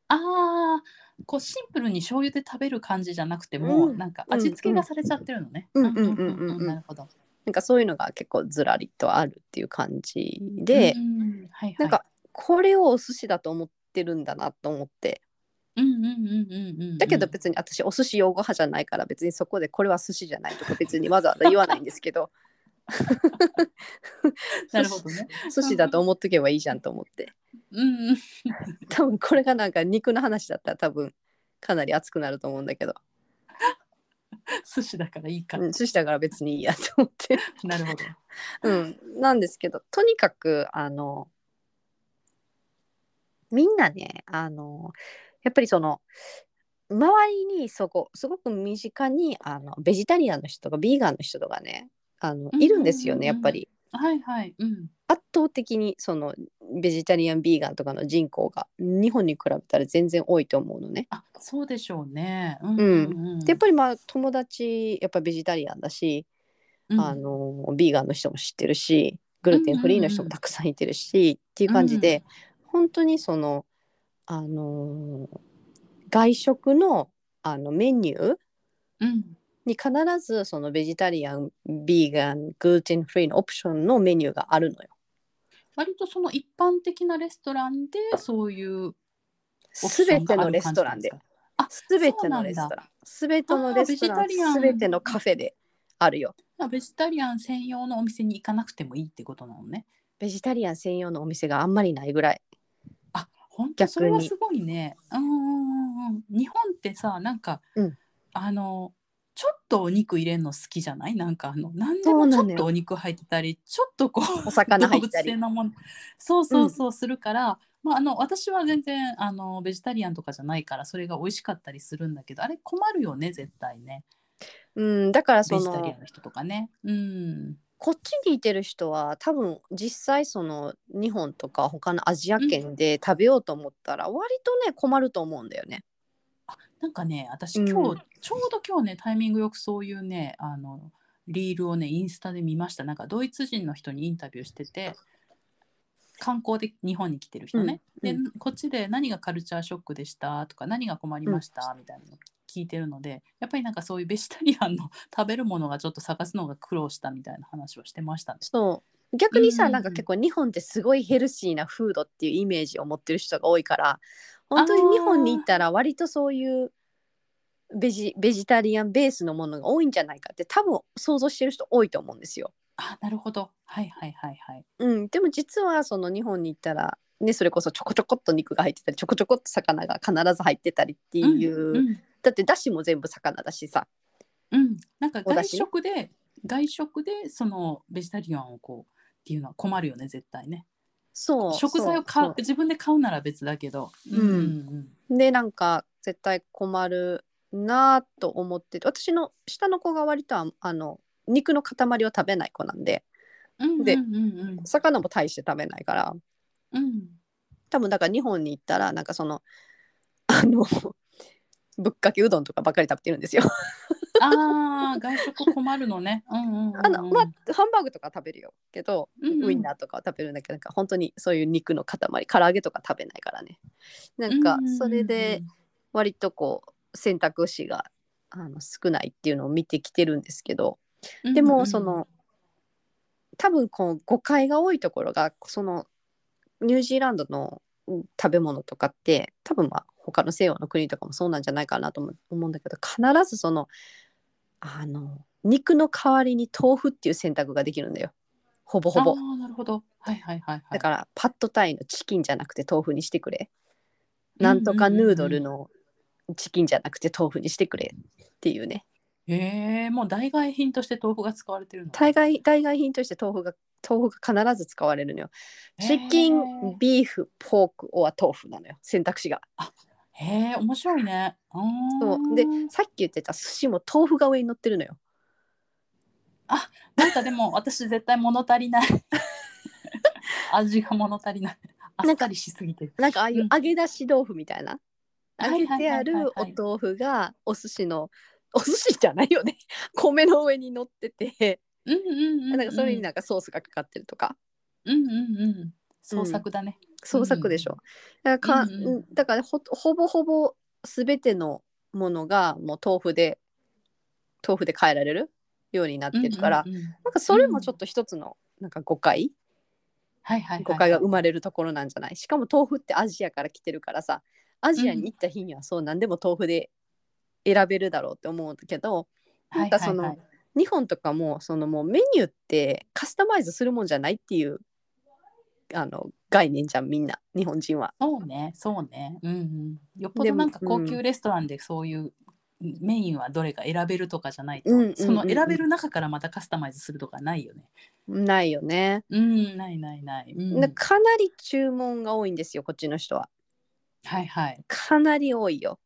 Speaker 1: あーこうシンプルに醤油で食べる感じじゃなくても、
Speaker 2: うん
Speaker 1: なんか味付けがされちゃってるのね。
Speaker 2: うんうんうんうんうん
Speaker 1: なるほど。
Speaker 2: なんかそういうのが結構ずらりとあるっていう感じで、
Speaker 1: うんはいはい、
Speaker 2: なんかこれをお寿司だと思ってるんだなと思って
Speaker 1: うんうんうんうんうんうん
Speaker 2: だけど別に私お寿司用語派じゃないから別にそこでこれは寿司じゃないとか別にわざわざ言わないんですけど
Speaker 1: なるほど ね。
Speaker 2: 寿司だと思っとけばいいじゃんと思って
Speaker 1: うんうん
Speaker 2: 多分これがなんか肉の話だったら多分かなり熱くなると思うんだけど、
Speaker 1: 寿司だからいいか。
Speaker 2: うん、寿司だから別にいいやと思 って、
Speaker 1: なるほど。
Speaker 2: うん、なんですけどとにかくあのみんなねあのやっぱりその周りにそこすごく身近にあのベジタリアンの人とかビーガンの人とかねあのいるんですよねやっぱり
Speaker 1: はいはい。うん。
Speaker 2: 圧倒的にそのベジタリアンビーガンとかの人口が日本に比べたら全然多いと思うのね。
Speaker 1: あそうでしょうね。うんうん。
Speaker 2: でやっぱりまあ友達やっぱベジタリアンだし、
Speaker 1: うん
Speaker 2: あのビーガンの人も知ってるしグルテンフリーの人もたくさんいてるし、っていう感じで、本当にそのあのー外食のあのメニュー
Speaker 1: うん
Speaker 2: に必ずそのベジタリアンビーガングルテンフリーのオプションのメニューがあるのよ。
Speaker 1: 割とその一般的なレストランでそういうオプシ
Speaker 2: す
Speaker 1: ョ
Speaker 2: べ
Speaker 1: ン
Speaker 2: て
Speaker 1: があ
Speaker 2: のレ
Speaker 1: る
Speaker 2: ス
Speaker 1: 感
Speaker 2: ト
Speaker 1: じ
Speaker 2: ラ
Speaker 1: な
Speaker 2: ン
Speaker 1: ん
Speaker 2: です
Speaker 1: か。
Speaker 2: すべてのレストラン、すべてのレストラ
Speaker 1: あーベジタリア
Speaker 2: ン、
Speaker 1: ン
Speaker 2: すべてのカフェであるよ。
Speaker 1: まあベジタリアン専用のお店に行かなくてもいいってことなのね。
Speaker 2: ベジタリアン専用のお店があんまりないぐ らい。
Speaker 1: あ本当
Speaker 2: 逆に
Speaker 1: それはすごいね。うんうんうんうん。日本ってさなんか、
Speaker 2: うん
Speaker 1: あのちょっとお肉入れるの好きじゃないなんかあの何で
Speaker 2: そ
Speaker 1: も
Speaker 2: うな
Speaker 1: ち
Speaker 2: の
Speaker 1: ょ
Speaker 2: よ
Speaker 1: っとお肉入ってたりちょっとこう
Speaker 2: お魚
Speaker 1: 動
Speaker 2: 入っ
Speaker 1: 物
Speaker 2: たり
Speaker 1: 性。のものそうそうそうするから、まあ、あの私は全然あのベジタリアンとかじゃないからそれが美味しかったりするんだけどあれ困るよね絶対ね
Speaker 2: うん、だからそ
Speaker 1: ベジタリア
Speaker 2: の
Speaker 1: ンの人とかね。うん
Speaker 2: こっちにいてる人は多分実際その日本とか他のアジア圏で食べようと思ったら割とね困ると思うんだよね。
Speaker 1: なんかね私
Speaker 2: うん
Speaker 1: 今日、ちょうど今日ねタイミングよくそういうねあのリールをねインスタで見ましたなんかドイツ人の人にインタビューしてて観光で日本に来てる人ね、
Speaker 2: うんうん
Speaker 1: でこっちで何がカルチャーショックでしたとか何が困りました、みたいなの聞いてるのでやっぱりなんかそういうベジタリアンの 食べるものがちょっと探すのが苦労したみたいな話をしてましたね。
Speaker 2: そう逆にさ、
Speaker 1: うんうんうん
Speaker 2: なんか結構日本ってすごいヘルシーなフードっていうイメージを持ってる人が多いから本当に日本に行ったら割とそういうベジベジタリアンベースのものが多いんじゃないかって多分想像してる人多いと思うんですよ。
Speaker 1: あなるほどはいはいはいはい。
Speaker 2: うん、でも実はその日本に行ったら、ね、それこそちょこちょこっと肉が入ってたりちょこちょこっと魚が必ず入ってたりっていう、
Speaker 1: うんうん
Speaker 2: だってだしも全部魚だしさ
Speaker 1: うん、なんか
Speaker 2: お出
Speaker 1: 外
Speaker 2: 汁
Speaker 1: 食で外食でそのベジタリアンをこうっていうのは困るよね絶対ね
Speaker 2: そう
Speaker 1: 食材を買
Speaker 2: そう
Speaker 1: 自分で買うなら別だけど
Speaker 2: んうでなんか絶対困るなと思ってて私の下の子が割とああの肉の塊を食べない子なんで
Speaker 1: うんうん
Speaker 2: で
Speaker 1: うんうん
Speaker 2: 魚も大して食べないから
Speaker 1: うん
Speaker 2: 多分だから日本に行ったらなんかそのあのぶっかけうどんとかばっかり食べてるんですよ。
Speaker 1: あー外食困るのねうんうんうんうん
Speaker 2: あのまあハンバーグとか食べるよけど、
Speaker 1: うんうん
Speaker 2: ウインナーとかを食べるんだけどなんか本当にそういう肉の塊唐揚げとか食べないからねなんか
Speaker 1: うんうんうん
Speaker 2: それで割とこう選択肢があの少ないっていうのを見てきてるんですけど
Speaker 1: うんうん
Speaker 2: でもその多分こう誤解が多いところがそのニュージーランドのうん食べ物とかって多分まあ他の西洋の国とかもそうなんじゃないかなと思う思うんだけど必ずそのあの肉の代わりに豆腐っていう選択ができるんだよほぼほぼ
Speaker 1: あ。ーなるほどはいはいはいはい
Speaker 2: だからパッドタイのチキンじゃなくて豆腐にしてくれ。なんとかヌードルのチキンじゃなくて豆腐にしてくれっていうね。
Speaker 1: えー、もう代替品として豆腐が使われてるの
Speaker 2: 代替代替品として豆腐が豆腐が必ず使われるのよ。チキ
Speaker 1: へー
Speaker 2: ン、ビーフ、ポーク、オア豆腐なのよ。選択肢が。
Speaker 1: へえ面白いねうー
Speaker 2: そ
Speaker 1: ん
Speaker 2: うでさっき言ってた寿司も豆腐が上に乗ってるのよ。
Speaker 1: なんかでも私絶対物足りない 味が物足りないあっさりしすぎてる
Speaker 2: なんかああいううん揚げ出し豆腐みたいな。揚げてあ
Speaker 1: はい
Speaker 2: る
Speaker 1: はいは
Speaker 2: お
Speaker 1: いはい
Speaker 2: 豆腐がお寿司のお寿司じゃないよね。米の上に乗ってて、
Speaker 1: うんうんうんうん
Speaker 2: なんかそれになんかソースがかかってるとか。
Speaker 1: うんうんうん創作だね、
Speaker 2: 創作でしょ。だからか
Speaker 1: うんうん
Speaker 2: だからほほぼほぼ全てのものがもう豆腐で豆腐で変えられるようになってるから、
Speaker 1: うんうんうん
Speaker 2: なんかそれもちょっと一つのなんか誤解、
Speaker 1: はいはいはい
Speaker 2: 誤解が生まれるところなんじゃないしかも豆腐ってアジアから来てるからさアジアに行った日にはそう何でも豆腐で選べるだろうって思うけど、なんかその、
Speaker 1: はいはいはい
Speaker 2: 日本とかもそのもうメニューってカスタマイズするもんじゃないっていうあの概念じゃんみんな日本人は。
Speaker 1: そうねそうねうんうんよっぽ
Speaker 2: で
Speaker 1: ど
Speaker 2: も
Speaker 1: なんか高
Speaker 2: う
Speaker 1: 級
Speaker 2: ん
Speaker 1: レストランでそういうメインはどれか選べるとかじゃないと、
Speaker 2: うんうんうんうん
Speaker 1: その選べる中からまたカスタマイズするとかないよね
Speaker 2: ないよね。
Speaker 1: うんないないない、うん、
Speaker 2: なかなり注文が多いんですよこっちの人は。
Speaker 1: はいはい
Speaker 2: かなり多いよ。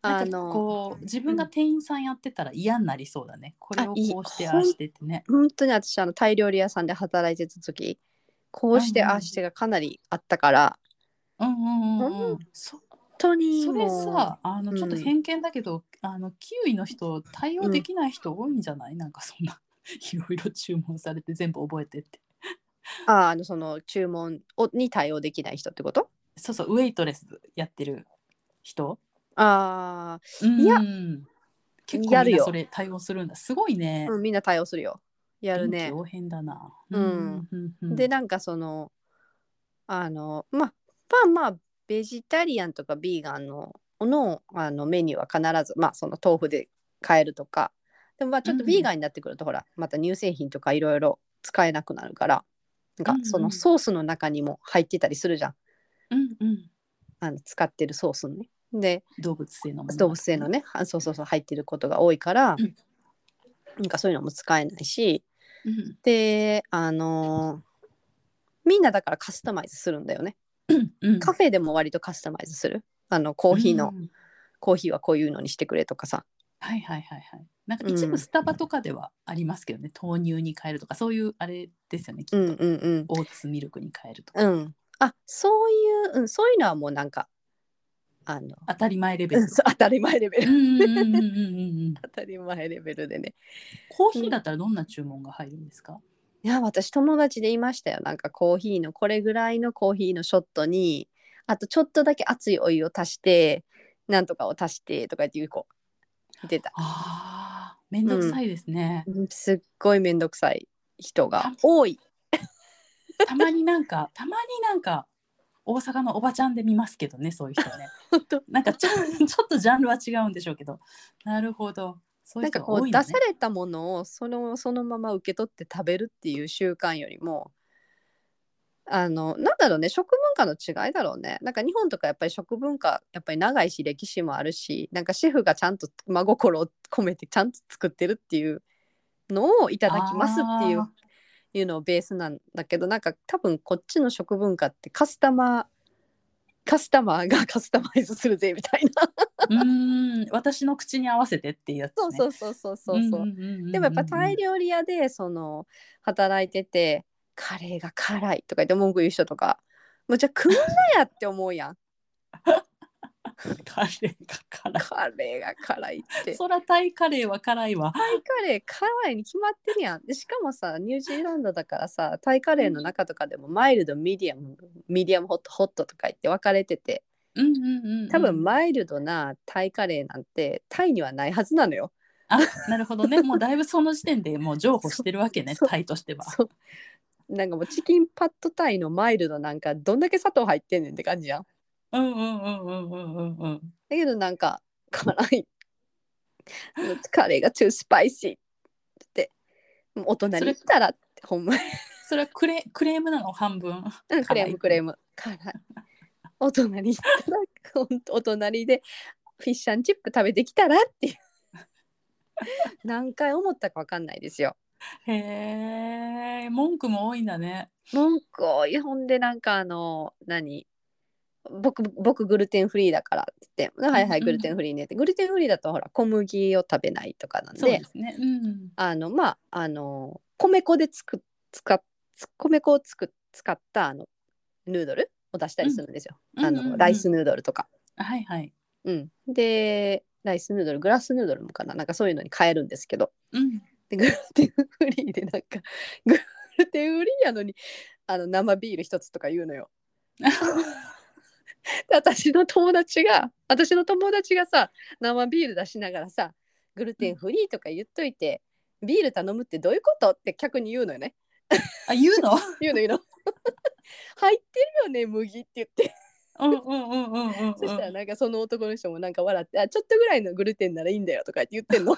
Speaker 1: な
Speaker 2: あ
Speaker 1: んか
Speaker 2: の
Speaker 1: こう自分が店員さんやってたら嫌になりそうだねこれを
Speaker 2: あいい
Speaker 1: こうしてああしてってね
Speaker 2: 本当に私あのタイ料理屋さんで働いてた時こうして
Speaker 1: うんうん
Speaker 2: ああしてがかなりあったから
Speaker 1: うんうんうんう
Speaker 2: ほん
Speaker 1: んそ
Speaker 2: 本当に
Speaker 1: それ
Speaker 2: もう
Speaker 1: さあ
Speaker 2: う
Speaker 1: の
Speaker 2: ん
Speaker 1: ちょっと偏見だけど、あのキウイの人対応できない人多いんじゃない、なんかそんな いろいろ注文されて全部覚えてって
Speaker 2: ああのその注文をに対応できない人ってこと
Speaker 1: そうそうウェイトレスやってる人
Speaker 2: あ
Speaker 1: うん
Speaker 2: いや
Speaker 1: 結構
Speaker 2: やる
Speaker 1: みん
Speaker 2: よ
Speaker 1: なそれ対応するんだすごいね
Speaker 2: あ、、うん、みんな対応するよやるね
Speaker 1: 臨機。応変だな
Speaker 2: うん、
Speaker 1: うんうん
Speaker 2: でなんかそのあのまあまあまあベジタリアンとかビーガンののあのメニューは必ずまあその豆腐で買えるとかでもまあちょっと
Speaker 1: うん
Speaker 2: ビーガンになってくると、ほらまた乳製品とかいろいろ使えなくなるからなん
Speaker 1: うんう
Speaker 2: か
Speaker 1: ん
Speaker 2: そのソースの中にも入ってたりするじゃん
Speaker 1: うんうん
Speaker 2: あの使ってるソースにね。で
Speaker 1: 動物性のもの
Speaker 2: 動物性のねあそうそうそう入ってることが多いから、
Speaker 1: うん
Speaker 2: なんかそういうのも使えないし
Speaker 1: うん
Speaker 2: であのみんなだからカスタマイズするんだよね。
Speaker 1: うん
Speaker 2: カフェでも割とカスタマイズするあのコーヒーの、
Speaker 1: うん
Speaker 2: コーヒーはこういうのにしてくれとかさ
Speaker 1: はいはいはいはいなんか
Speaker 2: う
Speaker 1: 一
Speaker 2: ん
Speaker 1: 部スタバとかではありますけどね、豆乳に変えるとかそういうあれですよねきっと、
Speaker 2: うんうん
Speaker 1: オーツミルクに変えるとか、
Speaker 2: うんうんあそういう、うん、そういうのはもうなんかあの
Speaker 1: 当たり前レベ
Speaker 2: う
Speaker 1: ル
Speaker 2: んそう当たり前レベ
Speaker 1: う
Speaker 2: ル
Speaker 1: んうんうんうんうんうん
Speaker 2: 当たり前レベルでね
Speaker 1: コーヒーだったらどんな注文が入るんですか、
Speaker 2: いや私友達でいましたよなんかコーヒーのこれぐらいのコーヒーのショットにあとちょっとだけ熱いお湯を足してなんとかを足してとかっていう子いてた、
Speaker 1: ああめんどくさいですね、
Speaker 2: うんすっごい面倒くさい人が多い
Speaker 1: たまになんかたまになんか大阪のおばちゃんで見ますけどねそういう人ね
Speaker 2: 本当
Speaker 1: なんか ちょちょっとジャンルは違うんでしょうけどなるほどそうい
Speaker 2: な
Speaker 1: うん
Speaker 2: か
Speaker 1: 人が
Speaker 2: こ
Speaker 1: 多
Speaker 2: う
Speaker 1: い
Speaker 2: 出
Speaker 1: の、ね、
Speaker 2: されたものをそのそのまま受け取って食べるっていう習慣よりもあのなんだろうね食文化の違いだろうねなんか日本とかやっぱり食文化やっぱり長いし歴史もあるしなんかシェフがちゃんと真心を込めてちゃんと作ってるっていうのをいただきますってい
Speaker 1: あ
Speaker 2: ういうのをベースなんだけどなんか多分こっちの食文化ってカスタマーカスタマーがカスタマイズするぜみたいな、
Speaker 1: うーん私の口に合わせてっていうやつ、ね、
Speaker 2: そうそうそうそうそうそう、
Speaker 1: んんんんん
Speaker 2: でもやっぱタイ料理屋でその働いててカレーが辛いとか言って文句言う人とかもうじゃあ食うなやって思うや ん
Speaker 1: カレーが辛
Speaker 2: カレーが辛いって
Speaker 1: いそらタイカレーは辛いわ
Speaker 2: タイカレー辛いに決まってるやんでしかもさニュージーランドだからさタイカレーの中とかでもマイルドミディアムミディアムホットホットとか言って分かれてて
Speaker 1: うんうんうんうん
Speaker 2: 多分マイルドなタイカレーなんてタイにはないはずなのよ
Speaker 1: あなるほ どねもうだいぶその時点でもう譲歩してるわけね
Speaker 2: そう
Speaker 1: タイとしては
Speaker 2: そうなんかもうチキンパッドタイのマイルドなんかどんだけ砂糖入ってんねんって感じやん
Speaker 1: うんうんうんうんうんうんうん
Speaker 2: だけどなんか辛いカレーが too spicy ってもう大人に言ったらほんまに
Speaker 1: それはクレクレームなの半分
Speaker 2: うんクレームクレー
Speaker 1: ム
Speaker 2: ム辛い大人に言ったらほんとお隣でフィッシュチップ食べてきたらっていう何回思ったかわかんないですよ
Speaker 1: へえ文句も多いんだね
Speaker 2: 文句をほんでなんかあの何僕僕グルテンフリーだからって言って「はいはい
Speaker 1: うん
Speaker 2: グルテンフリーね」ってグルテンフリーだとほら小麦を食べないとかなんで
Speaker 1: そうですねうん
Speaker 2: あのまああの米粉でつく使っつ米粉をつく使ったあのヌードルを出したりするんですよ、あ
Speaker 1: うんうんう
Speaker 2: の
Speaker 1: ん
Speaker 2: ライスヌードルとか、
Speaker 1: はいはい
Speaker 2: うん、でライスヌードルグラスヌードルもかななんかそういうのに変えるんですけど
Speaker 1: うん
Speaker 2: でグルテンフリーでなんかグルテンフリーやのにあの生ビール一つとか言うのよで私の友達が私の友達がさ生ビール出しながらさグルテンフリーとか言っといて、ビール頼むってどういうことって客に言うのよね
Speaker 1: あ言う の
Speaker 2: 言うの言うの入ってるよね麦って言って
Speaker 1: うんうんうんうんうんうん
Speaker 2: そしたらなんかその男の人もなんか笑って「あちょっとぐらいのグルテンならいいんだよ」とか言って言 っ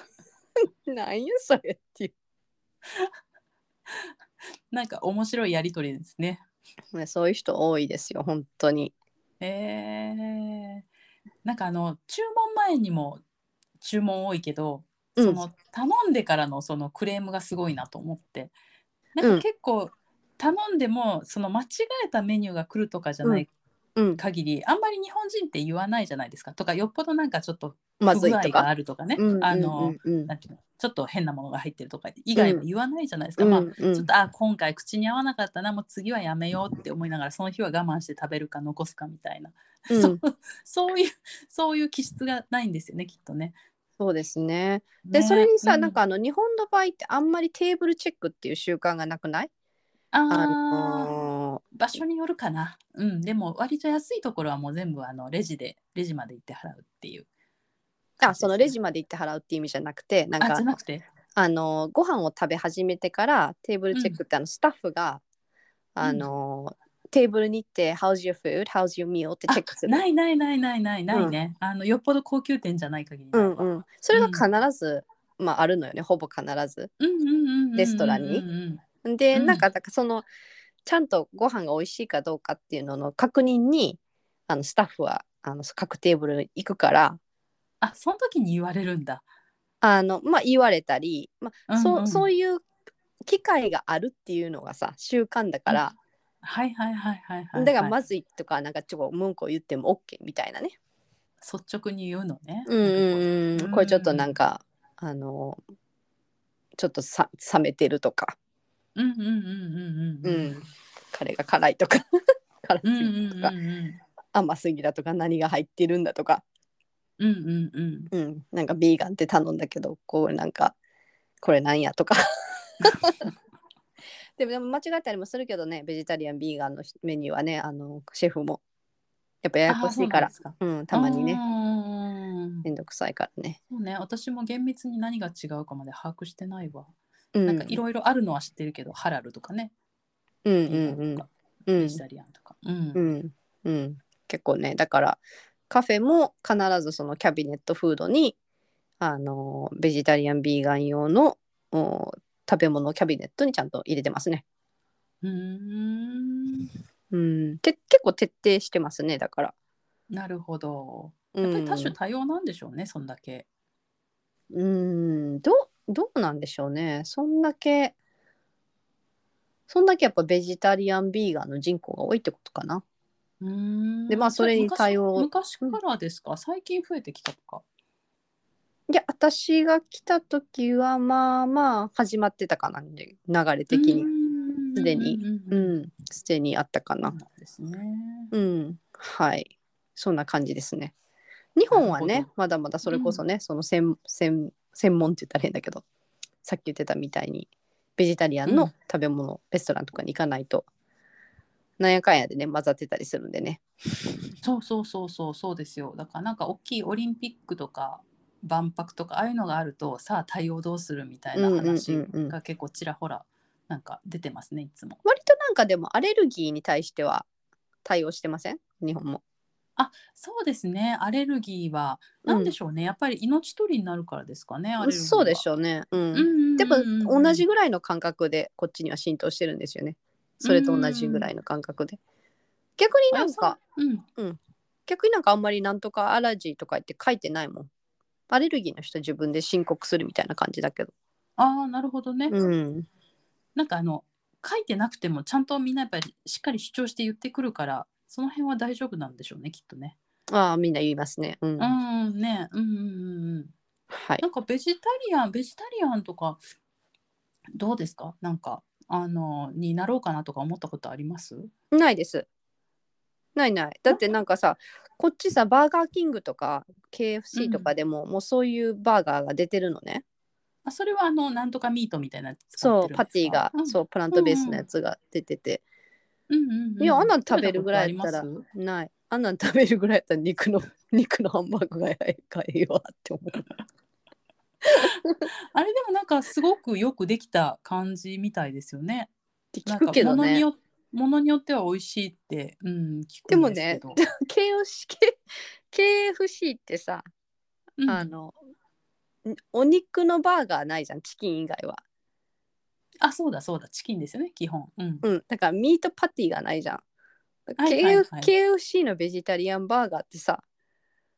Speaker 2: てんのなんやそれっていう
Speaker 1: なんか面白いやりとりですね。
Speaker 2: まあそういう人多いですよ本当に
Speaker 1: えー、なんかあの注文前にも注文多いけど、
Speaker 2: うん
Speaker 1: その頼んでからのそのクレームがすごいなと思ってなん
Speaker 2: うん
Speaker 1: か結構頼んでもその間違えたメニューが来るとかじゃない
Speaker 2: うん
Speaker 1: 限り、あんまり日本人って言わないじゃないですかとかよっぽどなんかちょっと
Speaker 2: ま
Speaker 1: 不
Speaker 2: ずい
Speaker 1: 具合
Speaker 2: と
Speaker 1: が
Speaker 2: か
Speaker 1: あるとかね
Speaker 2: うんうん
Speaker 1: あの
Speaker 2: うんうん
Speaker 1: なんていうのちょっと変なものが入ってるとか以外は言わないじゃないですか、まあ
Speaker 2: うんうん
Speaker 1: ちょっとあ今回口に合わなかったなもう次はやめようって思いながらその日は我慢して食べるか残すかみたいな、
Speaker 2: うん
Speaker 1: そう そういうそういう気質がないんですよねきっとね。
Speaker 2: そうですねで、
Speaker 1: ね
Speaker 2: それにさ、
Speaker 1: う
Speaker 2: なんかあの日本の場合ってあんまりテーブルチェックっていう習慣がなくない
Speaker 1: あー
Speaker 2: あの
Speaker 1: 場所によるかな、うん、でも割と安いところはもう全部あのレジでレジまで行って払うっていう
Speaker 2: ーあそのレジまで行って払うって意味じゃなくてなん
Speaker 1: あ
Speaker 2: か
Speaker 1: じゃなくて
Speaker 2: あのご飯を食べ始めてからテーブルチェックって、あのスタッフがあの、テーブルに行って「How's your food? How's your meal?」ってチェックする。
Speaker 1: ないないないないないないね、あのよっぽど高級店じゃない限り
Speaker 2: う
Speaker 1: ない
Speaker 2: ん
Speaker 1: わ
Speaker 2: うん、それが必ず、まあ、あるのよねほぼ必ず。
Speaker 1: うんうんうんうんうんうん
Speaker 2: レストランに
Speaker 1: うん
Speaker 2: で、
Speaker 1: うん
Speaker 2: なんかだからそのちゃんとご飯が美味しいかどうかっていうのの確認にあのスタッフはあの各テーブル行くから
Speaker 1: あその時に言われるんだ、
Speaker 2: あの、まあ、言われたり、ま
Speaker 1: うん
Speaker 2: あ、そうそう
Speaker 1: いう
Speaker 2: いう機会があるっていうのがさ習慣だから、
Speaker 1: はいはいはいはいはい、はい、
Speaker 2: だからまずいとかなんかちょっと文句を言っても OK みたいなね、
Speaker 1: 率直に言うのね。
Speaker 2: うんうんうん、これちょっとなん
Speaker 1: か。
Speaker 2: かあのちょっとさ冷めてるとか、
Speaker 1: うんうんうんうん
Speaker 2: う
Speaker 1: うん
Speaker 2: ん、カレーが辛いとか 辛す
Speaker 1: うんうん
Speaker 2: ぎだ
Speaker 1: う
Speaker 2: と
Speaker 1: ん
Speaker 2: か、甘すぎだとか何が入ってるんだとか、
Speaker 1: うんうんうん
Speaker 2: うん、なんかビーガンって頼んだけどこうなんかこれなん やとかでもでも間違えたりもするけどねベジタリアンビーガンのメニューはねあのシェフもやっぱややこしいから
Speaker 1: あーそうなんですか
Speaker 2: うん、たまに
Speaker 1: う
Speaker 2: ね
Speaker 1: ん
Speaker 2: めんどくさいからね。
Speaker 1: そうね私も厳密に何が違うかまで把握してないわ。
Speaker 2: うん、
Speaker 1: なんかいろいろあるのは知ってるけどハラルとかね
Speaker 2: うん
Speaker 1: ビー
Speaker 2: う
Speaker 1: ガンとかベ
Speaker 2: んうんうん
Speaker 1: ジタリアンとか。うん
Speaker 2: うんうん結構ねだからカフェも必ずそのキャビネットフードにあのベジタリアンビーガン用のお食べ物をキャビネットにちゃんと入れてますね。
Speaker 1: うーん
Speaker 2: うん、て結構徹底してますねだから。
Speaker 1: なるほど。
Speaker 2: う
Speaker 1: やっ
Speaker 2: ん
Speaker 1: ぱり多種多様なんでしょうね、そんだけ。
Speaker 2: うんどうどうなんでしょうねそんだけそんだけやっぱベジタリアンビーガンの人口が多いってことかな。
Speaker 1: うーん
Speaker 2: でまあそれに対応
Speaker 1: 昔昔からですか、最近増えてきたとか。
Speaker 2: いや私が来た時はまあまあ始まってたかな流れ的に。すでに
Speaker 1: う
Speaker 2: うん
Speaker 1: うんうんうん
Speaker 2: ん、すでにあったか
Speaker 1: そう
Speaker 2: な。
Speaker 1: なんですね。
Speaker 2: うん、はい、そんな感じですね。日本は
Speaker 1: なる
Speaker 2: ね
Speaker 1: ほ、
Speaker 2: まだまだそれこそね、その専専専門って言ったら変だけど、さっき言ってたみたいに、ベジタリアン
Speaker 1: う
Speaker 2: の
Speaker 1: ん
Speaker 2: 食べ物、レストランとかに行かないと、なんやかんやでね、混ざってたりするんでね。
Speaker 1: そうそうそうそうそうですよ。だからなんか大きいオリンピックとか万博とかああいうのがあるとさあ対応どうするみたいな
Speaker 2: うん
Speaker 1: 話
Speaker 2: うんうんうん
Speaker 1: が結構ちらほらなんか出てますねいつも。
Speaker 2: 割となんかでもアレルギーに対しては対応してません日本も。
Speaker 1: そうですねアレルギーは何でしょうね、やっぱり命取りになるからですかねアレルギーは。
Speaker 2: そうでしょうね。うん。
Speaker 1: うんうんうんうん。
Speaker 2: でも同じぐらいの感覚でこっちには浸透してるんですよね。それと同じぐらいの感覚で。逆になんか、
Speaker 1: うん
Speaker 2: 逆になんかあんまりなんとかアレルギーとか言って書いてないもん。アレルギーの人自分で申告するみたいな感じだけど。
Speaker 1: ああなるほどね。
Speaker 2: うん。
Speaker 1: なんかあの書いてなくてもちゃんとみんなやっぱりしっかり主張して言ってくるからその辺は大丈夫なんでしょうねきっとね。
Speaker 2: ああ、みんな言いますね。うん。
Speaker 1: う
Speaker 2: は
Speaker 1: んねうんうんうんうん。
Speaker 2: い
Speaker 1: な。んかベジタリアンベジタリアンとかどうですかなんかあのになろうかなとか思ったことあります
Speaker 2: ないです。ないない。だってなんかさ、こっちさ、バーガーキングとか KFC とかでも、もうそういうバーガーが出てるのね。
Speaker 1: あそれはあのなんとかミートみたいなやつ使って
Speaker 2: そ
Speaker 1: るん
Speaker 2: う、
Speaker 1: ですか
Speaker 2: パティが、
Speaker 1: うん
Speaker 2: そう、プラントベースのやつが出てて。
Speaker 1: うんうんうん
Speaker 2: いやあんなん食べるぐらいやったら
Speaker 1: 食べことあります
Speaker 2: ないあんなん食べるぐらいやったら肉の 肉のハンバーグがええわって思う
Speaker 1: あれでもなんかすごくよくできた感じみたいですよね。
Speaker 2: って
Speaker 1: な
Speaker 2: 聞
Speaker 1: んか
Speaker 2: くけど
Speaker 1: ものに
Speaker 2: ね
Speaker 1: よものによっては美味しいって、うん、聞
Speaker 2: で
Speaker 1: く
Speaker 2: も
Speaker 1: んですけ
Speaker 2: ね
Speaker 1: ど。
Speaker 2: KFC, KFC ってさ、
Speaker 1: うん
Speaker 2: あのんお肉のバーガーないじゃんチキン以外は、
Speaker 1: あそうだそうだチキンですよね基本。うん。
Speaker 2: うん、だからミートパティがないじゃん、
Speaker 1: はいはいはい
Speaker 2: KF KFC のベジタリアンバーガーってさ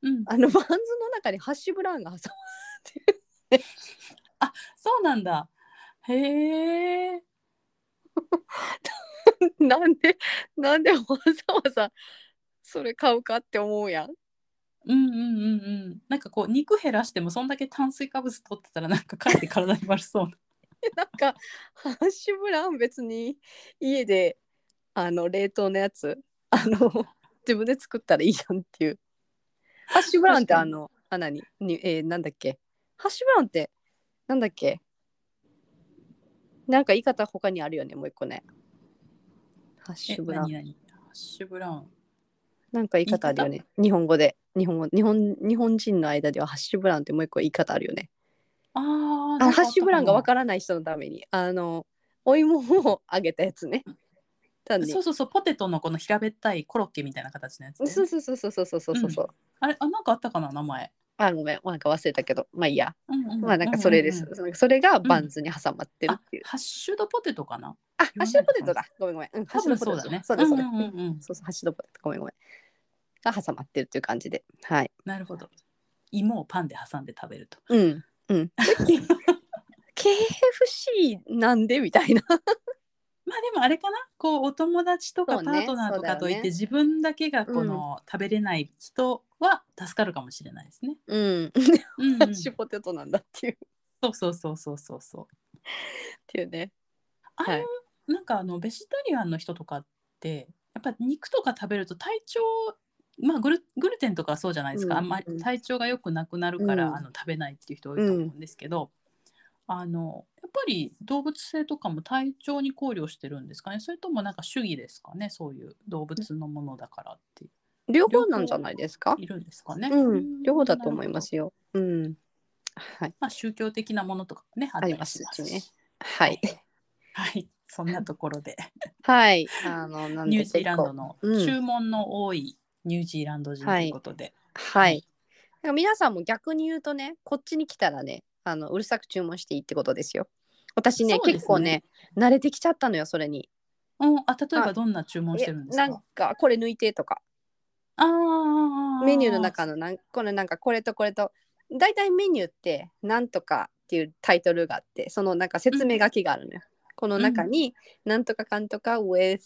Speaker 1: うん、
Speaker 2: あのバンズの中にハッシュブラウンが挟ま
Speaker 1: そうなんだ。へえ。
Speaker 2: なんでなんでわざわざそれ買うかって思うやん。
Speaker 1: うんうんうんうん。なんかこう肉減らしてもそんだけ炭水化物取ってたらなんかかえって体に悪そうな。
Speaker 2: なんかハッシュブラウン別に家であの冷凍のやつあ の自分で作ったらいいやんっていう。ハッシュブラウンってあのあ何にえーなんだっけハッシュブラウンってなんだっけなんか言い方他にあるよねもう一個ね。ハッシ
Speaker 1: え
Speaker 2: ュブラウン
Speaker 1: 何何ハッシュブラウン。
Speaker 2: なんか言い方あるよね。日本語で日本語日本日本人の間ではハッシュブラウンってもう一個言い方あるよね。
Speaker 1: あ
Speaker 2: あハッシュブラウンがわ
Speaker 1: る
Speaker 2: からない人のためにあのお芋をあげたやつね。単に
Speaker 1: そうそうそうポテトのこの平べったいコロッケみたいな形のやつね、
Speaker 2: そうそうそうそうそうそうそうそう、
Speaker 1: あれあなんかあったかな名前。
Speaker 2: あごめんなんか忘れたけどまあいいや
Speaker 1: うんうん
Speaker 2: まあなんかそれです、
Speaker 1: うんうんうん
Speaker 2: なんかそれがバンズに挟まってるっていう、
Speaker 1: あハッシュドポテトかな。
Speaker 2: あハッシュドポテトだごめんごめん、うん、ハッ
Speaker 1: 多
Speaker 2: シュド
Speaker 1: 分
Speaker 2: ポテ
Speaker 1: そ
Speaker 2: ト
Speaker 1: うだね。
Speaker 2: そうですそうで
Speaker 1: ん
Speaker 2: す、
Speaker 1: うんうんうん。
Speaker 2: そうそうハッシュドポテトごめんごめんが挟まってるっていう感じではい
Speaker 1: なるほど。芋をパンで挟んで食べる と。
Speaker 2: うんうん KFC なんでみたいな
Speaker 1: まあでもあれかなこうお友達とか
Speaker 2: そ
Speaker 1: パ
Speaker 2: うね
Speaker 1: ートナーとかといって、
Speaker 2: そうだよね
Speaker 1: 自分だけがこの、食べれない人は助かるかもしれないですね。
Speaker 2: うん
Speaker 1: うんうん
Speaker 2: ハッシュポテトなんだっていう
Speaker 1: そうそうそうそうそうそう。
Speaker 2: っていうね
Speaker 1: ああいう、なんかあのベジタリアンの人とかってやっぱ肉とか食べると体調まあグルグルテンとかはそうじゃないですか、
Speaker 2: うん
Speaker 1: あんまり体調が良くなくなるから、
Speaker 2: うん
Speaker 1: あの食べないっていう人多いと思うんですけど、あのやっぱり動物性とかも体調に考慮してるんですかねそれともなんか主義ですかねそういう動物のものだからっていう
Speaker 2: 両方なんじゃないですか
Speaker 1: いるんですかね。
Speaker 2: うん両方だと思い
Speaker 1: なる
Speaker 2: ま
Speaker 1: ほど。
Speaker 2: すようんはい
Speaker 1: まあ、宗教的なものとかもねあったりします
Speaker 2: あります
Speaker 1: し
Speaker 2: しねはい
Speaker 1: はい、そんなところで。
Speaker 2: はい、あの、なんで
Speaker 1: ニュージーランドの
Speaker 2: うん
Speaker 1: 注文の多いニュージーランド人ということで、
Speaker 2: 結構はい。なんか皆さんも逆に言うとね、こっちに来たらね、あのうるさく注文していいってことですよ。私ね、
Speaker 1: そうですね
Speaker 2: 結構ね、慣れてきちゃったのよ、それに。
Speaker 1: うん、あ例えばどんな注文してるんですか
Speaker 2: なんか、これ抜いてとか、
Speaker 1: あー
Speaker 2: メニューの中のなん、このなんか、これとこれと。大体メニューって、なんとかっていうタイトルがあって、そのなんか説明書きがあるのよ。この中に、なんとかかんとか with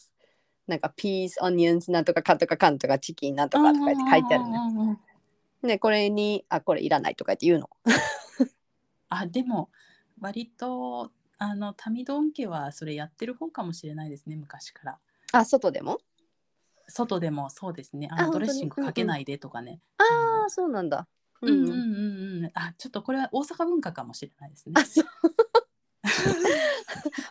Speaker 2: なんかピース、オニオンズ、なんとかかんとかかんとか、チキンなんとかとかって書いてあるのよ。
Speaker 1: うんうんうんうん
Speaker 2: ね、これに、あ、これいらないとかって言うの。
Speaker 1: あでも割とあのタミドン家はそれやってる方かもしれないですね昔から
Speaker 2: あ、外でも
Speaker 1: 外でもそうですね
Speaker 2: あ
Speaker 1: あの
Speaker 2: 本当
Speaker 1: ド
Speaker 2: に
Speaker 1: レッシングかけないでとかね
Speaker 2: ああ、そうなんだ。
Speaker 1: うんうんうんうんあちょっとこれは大阪文化かもしれないですね
Speaker 2: あ、そう。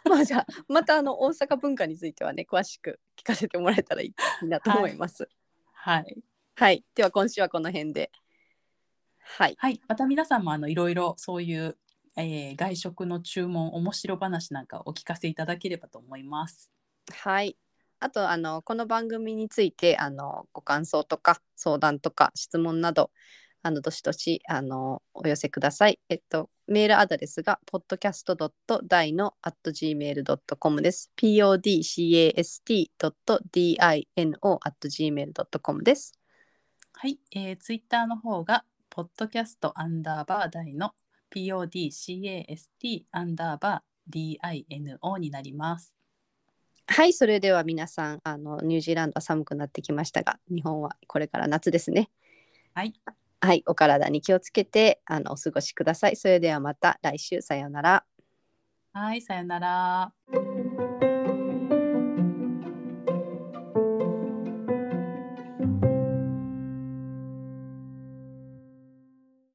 Speaker 2: まあじゃあまたあの大阪文化についてはね詳しく聞かせてもらえたらいいなと思います。
Speaker 1: はい
Speaker 2: はい、では今週はこの辺で。はい。
Speaker 1: はい、また皆さんもあのいろいろそういう、えー外食の注文面白話なんかをお聞かせいただければと思います。
Speaker 2: はい。あとあのこの番組についてあのご感想とか相談とか質問などあのどしどしあのお寄せください。えっとメールアドレスが podcast.dino@gmail.com です。podcast.dino@gmail.com です。
Speaker 1: はい、えー、ツイッターの方がポッドキャストアンダーバー大の podcast アンダーバー dino になります。
Speaker 2: はい、それでは皆さんあのニュージーランドは寒くなってきましたが、日本はこれから夏ですね。
Speaker 1: はい、
Speaker 2: はい、お体に気をつけてあのお過ごしください。それではまた来週さようなら。
Speaker 1: はい、さよなら。